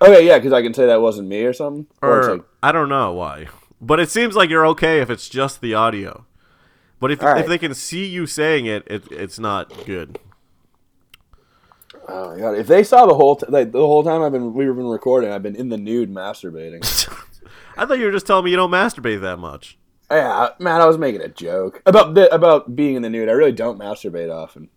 [SPEAKER 2] Okay, yeah, because I can say that wasn't me or something. Or it's
[SPEAKER 3] Or
[SPEAKER 2] like,
[SPEAKER 3] I don't know why, but it seems like you're okay if it's just the audio. But if
[SPEAKER 2] All
[SPEAKER 3] if
[SPEAKER 2] right.
[SPEAKER 3] they can see you saying it, it it's not good.
[SPEAKER 2] oh my god, if they saw the whole t- like, the whole time I've been we've been recording, I've been in the nude masturbating.
[SPEAKER 3] I thought you were just telling me you don't masturbate that much.
[SPEAKER 2] yeah, man, I was making a joke about the, about being in the nude. I really don't masturbate often.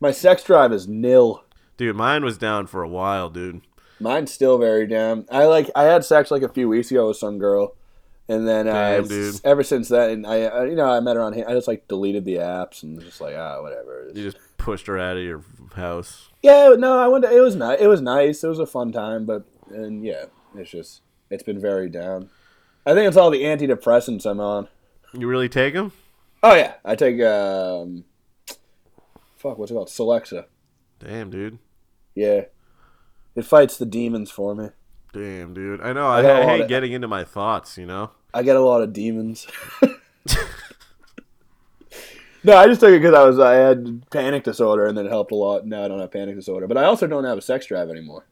[SPEAKER 2] My sex drive is nil.
[SPEAKER 3] Dude, mine was down for a while, dude.
[SPEAKER 2] Mine's still very down. I like I had sex like a few weeks ago with some girl, and then uh,
[SPEAKER 3] Damn, dude.
[SPEAKER 2] ever since that, and I, I you know I met her on. Hi- I just like deleted the apps and just like ah whatever.
[SPEAKER 3] You just pushed her out of your house.
[SPEAKER 2] Yeah, no, I went. To, it was nice. It was nice. It was a fun time, but and yeah, it's just it's been very down. I think it's all the antidepressants I'm on.
[SPEAKER 3] You really take him?
[SPEAKER 2] Oh yeah, I take um, fuck, what's it called? Celexa.
[SPEAKER 3] Damn, dude.
[SPEAKER 2] Yeah, it fights the demons for me.
[SPEAKER 3] Damn, dude. I know. I,
[SPEAKER 2] got a
[SPEAKER 3] I
[SPEAKER 2] lot
[SPEAKER 3] hate
[SPEAKER 2] of-
[SPEAKER 3] getting into my thoughts. You know.
[SPEAKER 2] I get a lot of demons. no, I just took it because I was I had panic disorder and then it helped a lot. Now I don't have panic disorder, but I also don't have a sex drive anymore.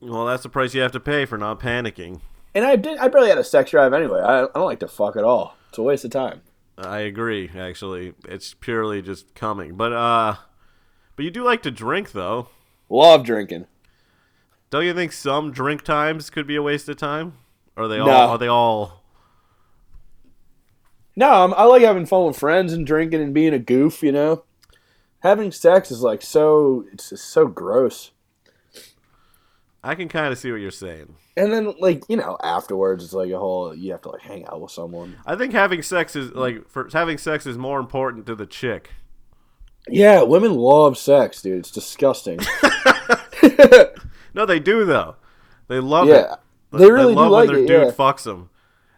[SPEAKER 3] Well, that's the price you have to pay for not panicking.
[SPEAKER 2] And I did I barely had a sex drive anyway. I, I don't like to fuck at all. It's a waste of time.
[SPEAKER 3] I agree. Actually, it's purely just coming. But uh, but you do like to drink, though.
[SPEAKER 2] Love drinking.
[SPEAKER 3] Don't you think some drink times could be a waste of time? Are they
[SPEAKER 2] No.
[SPEAKER 3] all? Are they all?
[SPEAKER 2] No, I'm, I like having fun with friends and drinking and being a goof. You know, having sex is like so it's just so gross.
[SPEAKER 3] I can kind of see what you're saying.
[SPEAKER 2] And then like you know afterwards it's like a whole you have to like hang out with someone.
[SPEAKER 3] I think having sex is like for having sex is more important to the chick.
[SPEAKER 2] Yeah, women love sex, dude. It's disgusting.
[SPEAKER 3] No, they do though. They love
[SPEAKER 2] Yeah,
[SPEAKER 3] it.
[SPEAKER 2] they really
[SPEAKER 3] love
[SPEAKER 2] do like
[SPEAKER 3] when their
[SPEAKER 2] it.
[SPEAKER 3] dude
[SPEAKER 2] yeah.
[SPEAKER 3] fucks them.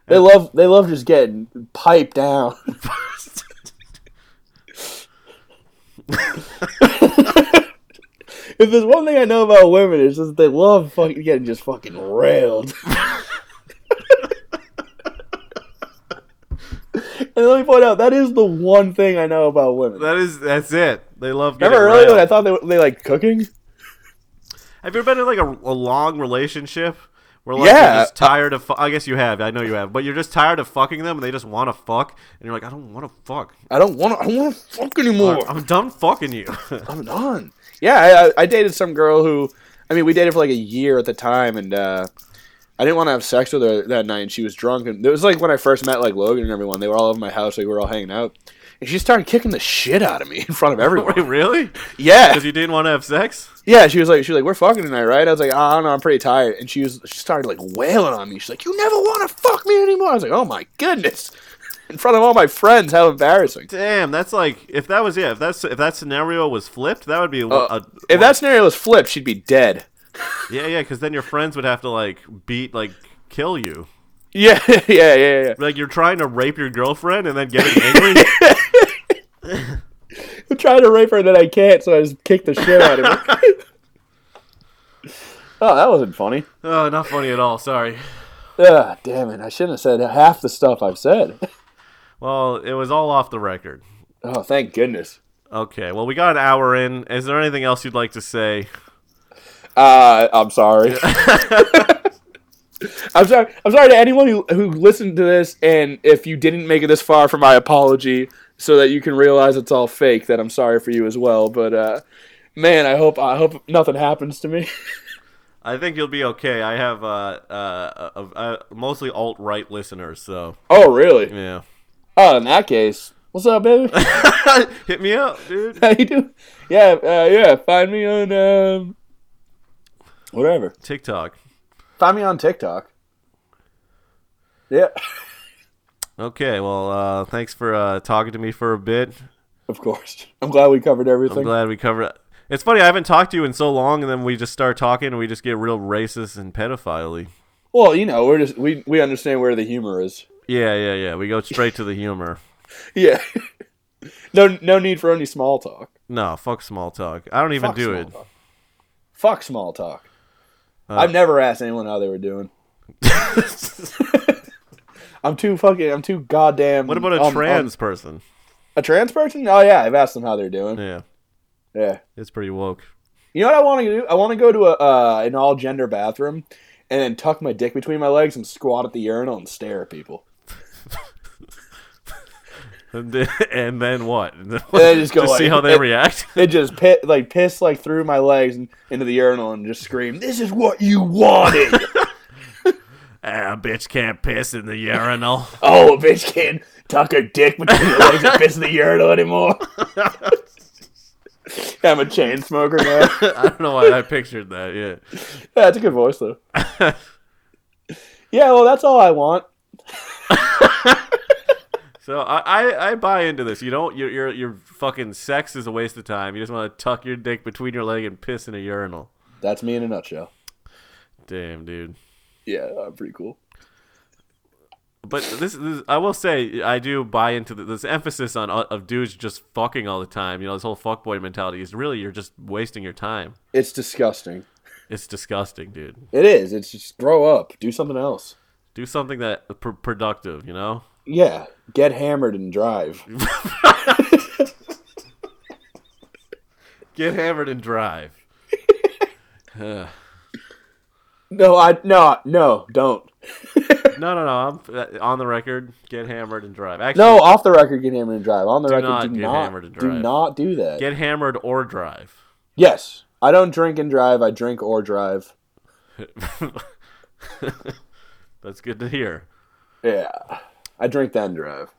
[SPEAKER 2] They love they love just getting piped down. If there's one thing I know about women, it's just that they love fucking getting just fucking railed. and let me point out that is the one thing I know about women.
[SPEAKER 3] That is that's it. They love getting
[SPEAKER 2] Remember earlier
[SPEAKER 3] railed.
[SPEAKER 2] when I thought they they like cooking?
[SPEAKER 3] Have you ever been in like a, a long relationship where like
[SPEAKER 2] Yeah.
[SPEAKER 3] you're just tired of? Fu- I guess you have. I know you have, but you're just tired of fucking them, and they just want to fuck, and you're like, I don't want to fuck.
[SPEAKER 2] I don't want to. I don't want to fuck anymore.
[SPEAKER 3] I'm done fucking you.
[SPEAKER 2] I'm done. Yeah, I- I, I dated some girl who, I mean, we dated for like a year at the time, and uh, I didn't want to have sex with her that night, and she was drunk, and it was like when I first met like Logan and everyone. They were all over my house, like we were all hanging out, and she started kicking the shit out of me in front of everyone.
[SPEAKER 3] Wait, really?
[SPEAKER 2] yeah,
[SPEAKER 3] Because you didn't want to have sex?
[SPEAKER 2] yeah. She was like, she was like, we're fucking tonight, right? I was like, "Ah, I don't know, I'm pretty tired, and she was she started like wailing on me. She's like, you never want to fuck me anymore. I was like, oh my goodness, in front of all my friends, how embarrassing.
[SPEAKER 3] Damn, that's like if that was yeah, if that's if that scenario was flipped, that would be a,
[SPEAKER 2] Uh,
[SPEAKER 3] a-
[SPEAKER 2] if that scenario was flipped, she'd be dead.
[SPEAKER 3] yeah, yeah, because then your friends would have to like beat like kill you.
[SPEAKER 2] Yeah, yeah, yeah, yeah.
[SPEAKER 3] Like you're trying to rape your girlfriend and then getting angry.
[SPEAKER 2] I'm trying to rape her and then I can't, so I just kick the shit out of her. oh, that wasn't funny.
[SPEAKER 3] oh, not funny at all. Sorry.
[SPEAKER 2] Ah, damn it. I shouldn't have said half the stuff I've said.
[SPEAKER 3] Well, it was all off the record.
[SPEAKER 2] Oh, thank goodness.
[SPEAKER 3] Okay. Well, we got an hour in. Is there anything else you'd like to say?
[SPEAKER 2] Uh, I'm sorry. I'm sorry. I'm sorry to anyone who, who listened to this, and if you didn't make it this far, for my apology, so that you can realize it's all fake. That I'm sorry for you as well. But uh, man, I hope I hope nothing happens to me.
[SPEAKER 3] I think you'll be okay. I have uh, uh, uh, uh mostly alt right listeners, so
[SPEAKER 2] oh, really?
[SPEAKER 3] yeah.
[SPEAKER 2] Oh, in that case, what's up, baby?
[SPEAKER 3] Hit me up, dude.
[SPEAKER 2] How you do? Yeah, uh, yeah. Find me on um, whatever.
[SPEAKER 3] TikTok.
[SPEAKER 2] Find me on TikTok. Yeah,
[SPEAKER 3] Okay. Well, uh, thanks for uh, talking to me for a bit.
[SPEAKER 2] of course. I'm glad we covered everything.
[SPEAKER 3] I'm glad we covered. It's funny I haven't talked to you in so long, and then we just start talking, and we just get real racist and pedophile
[SPEAKER 2] Well, you know, we're just we we understand where the humor is.
[SPEAKER 3] Yeah, yeah, yeah. We go straight to the humor.
[SPEAKER 2] Yeah. no, no need for any small talk.
[SPEAKER 3] No, fuck small talk. I don't even
[SPEAKER 2] Fuck
[SPEAKER 3] do
[SPEAKER 2] small
[SPEAKER 3] it. Uh,
[SPEAKER 2] Talk. Fuck small talk. I've never asked anyone how they were doing. I'm too fucking. I'm too goddamn.
[SPEAKER 3] What about a
[SPEAKER 2] um, um,
[SPEAKER 3] trans person?
[SPEAKER 2] a trans person? Oh yeah, I've asked them how they're doing.
[SPEAKER 3] Yeah,
[SPEAKER 2] yeah.
[SPEAKER 3] it's pretty woke.
[SPEAKER 2] You know what I want to do? I want to go to a uh, an all gender bathroom and then tuck my dick between my legs and squat at the urinal and stare at people.
[SPEAKER 3] And then, and then what? And then
[SPEAKER 2] they just go
[SPEAKER 3] see
[SPEAKER 2] like-
[SPEAKER 3] how they react.
[SPEAKER 2] They just pi like piss like through my legs and into the urinal and just scream, "This is what you wanted!"
[SPEAKER 3] ah, bitch can't piss in the urinal.
[SPEAKER 2] oh, a bitch can't tuck her dick between her legs and piss in the urinal anymore. I'm a chain smoker now.
[SPEAKER 3] I don't know why I pictured that. Yeah.
[SPEAKER 2] That's a good voice though. yeah, well, that's all I want.
[SPEAKER 3] So I, I, I buy into this. You don't. Your your your fucking sex is a waste of time. You just want to tuck your dick between your leg and piss in a urinal.
[SPEAKER 2] That's me in a nutshell.
[SPEAKER 3] Damn, dude.
[SPEAKER 2] Yeah, I'm pretty cool.
[SPEAKER 3] But this, this, I will say, I do buy into the, this emphasis on of dudes just fucking all the time. You know, this whole fuckboy mentality is really you're just wasting your time.
[SPEAKER 2] It's disgusting.
[SPEAKER 3] It's disgusting, dude.
[SPEAKER 2] It is. It's just grow up, do something else.
[SPEAKER 3] Do something that pr- productive. You know.
[SPEAKER 2] Yeah, get hammered and drive.
[SPEAKER 3] Get hammered and drive.
[SPEAKER 2] No, I no no don't.
[SPEAKER 3] No, no, no. I'm uh, on the record. Get hammered and drive. Actually,
[SPEAKER 2] No, off the record, get hammered and drive. On the record,
[SPEAKER 3] not
[SPEAKER 2] do
[SPEAKER 3] get
[SPEAKER 2] not
[SPEAKER 3] hammered and
[SPEAKER 2] do
[SPEAKER 3] drive.
[SPEAKER 2] not do that.
[SPEAKER 3] Get hammered or drive.
[SPEAKER 2] yes, I don't drink and drive. I drink or drive.
[SPEAKER 3] That's good to hear.
[SPEAKER 2] Yeah, I drink then drive.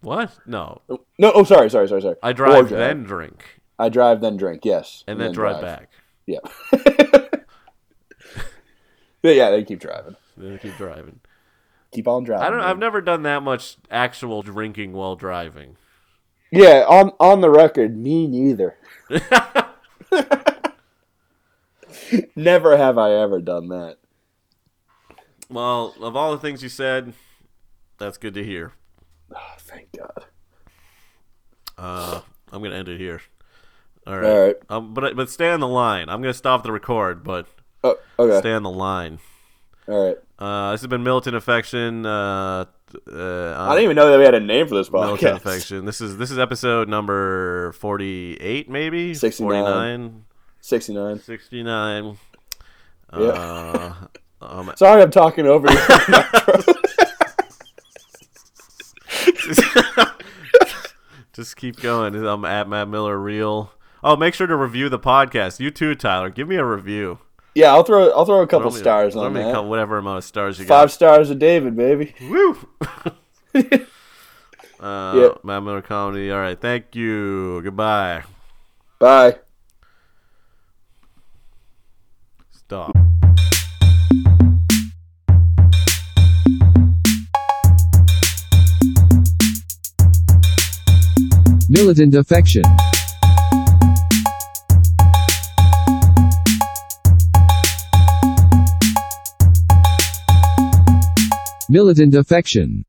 [SPEAKER 3] What? No,
[SPEAKER 2] No, oh sorry, sorry, sorry, sorry.
[SPEAKER 3] I
[SPEAKER 2] Or
[SPEAKER 3] drive, then drink
[SPEAKER 2] I drive then drink. Yes,
[SPEAKER 3] and, then, drive, back.
[SPEAKER 2] Yeah. But yeah, they keep driving.
[SPEAKER 3] Then keep driving.
[SPEAKER 2] Keep on driving.
[SPEAKER 3] I don't. I've
[SPEAKER 2] dude.
[SPEAKER 3] never done that much actual drinking while driving.
[SPEAKER 2] Yeah, on on the record, me neither. Never have I ever done that.
[SPEAKER 3] Well, of all the things you said, that's good to hear.
[SPEAKER 2] Oh, thank God.
[SPEAKER 3] Uh, I'm gonna end it here. All right.
[SPEAKER 2] All right.
[SPEAKER 3] Um, but but stay on the line. I'm gonna stop the record, but
[SPEAKER 2] Oh, okay.
[SPEAKER 3] stay on the line.
[SPEAKER 2] All right.
[SPEAKER 3] Uh, this has been Militant Affection. Uh, t- uh,
[SPEAKER 2] I didn't even know that we had a name for this
[SPEAKER 3] Militant
[SPEAKER 2] podcast.
[SPEAKER 3] Affection. This is this is episode number 48, maybe
[SPEAKER 2] 69.
[SPEAKER 3] 49,
[SPEAKER 2] 69.
[SPEAKER 3] 69.
[SPEAKER 2] Yeah.
[SPEAKER 3] Uh, um,
[SPEAKER 2] Sorry, I'm talking over you.
[SPEAKER 3] just keep going. I'm at Matt Miller Real. Oh, make sure to review the podcast. You too, Tyler. Give me a review.
[SPEAKER 2] yeah, I'll throw I'll throw a couple
[SPEAKER 3] Throw me-
[SPEAKER 2] stars
[SPEAKER 3] throw
[SPEAKER 2] on
[SPEAKER 3] me a
[SPEAKER 2] that.
[SPEAKER 3] couple- whatever amount of stars you
[SPEAKER 2] Five stars to David, baby.
[SPEAKER 3] got. Woo! uh,
[SPEAKER 2] Yeah.
[SPEAKER 3] Matt Miller Comedy. All right. Thank you. Goodbye.
[SPEAKER 2] Bye.
[SPEAKER 3] Stop.
[SPEAKER 1] Militant affection. Militant affection.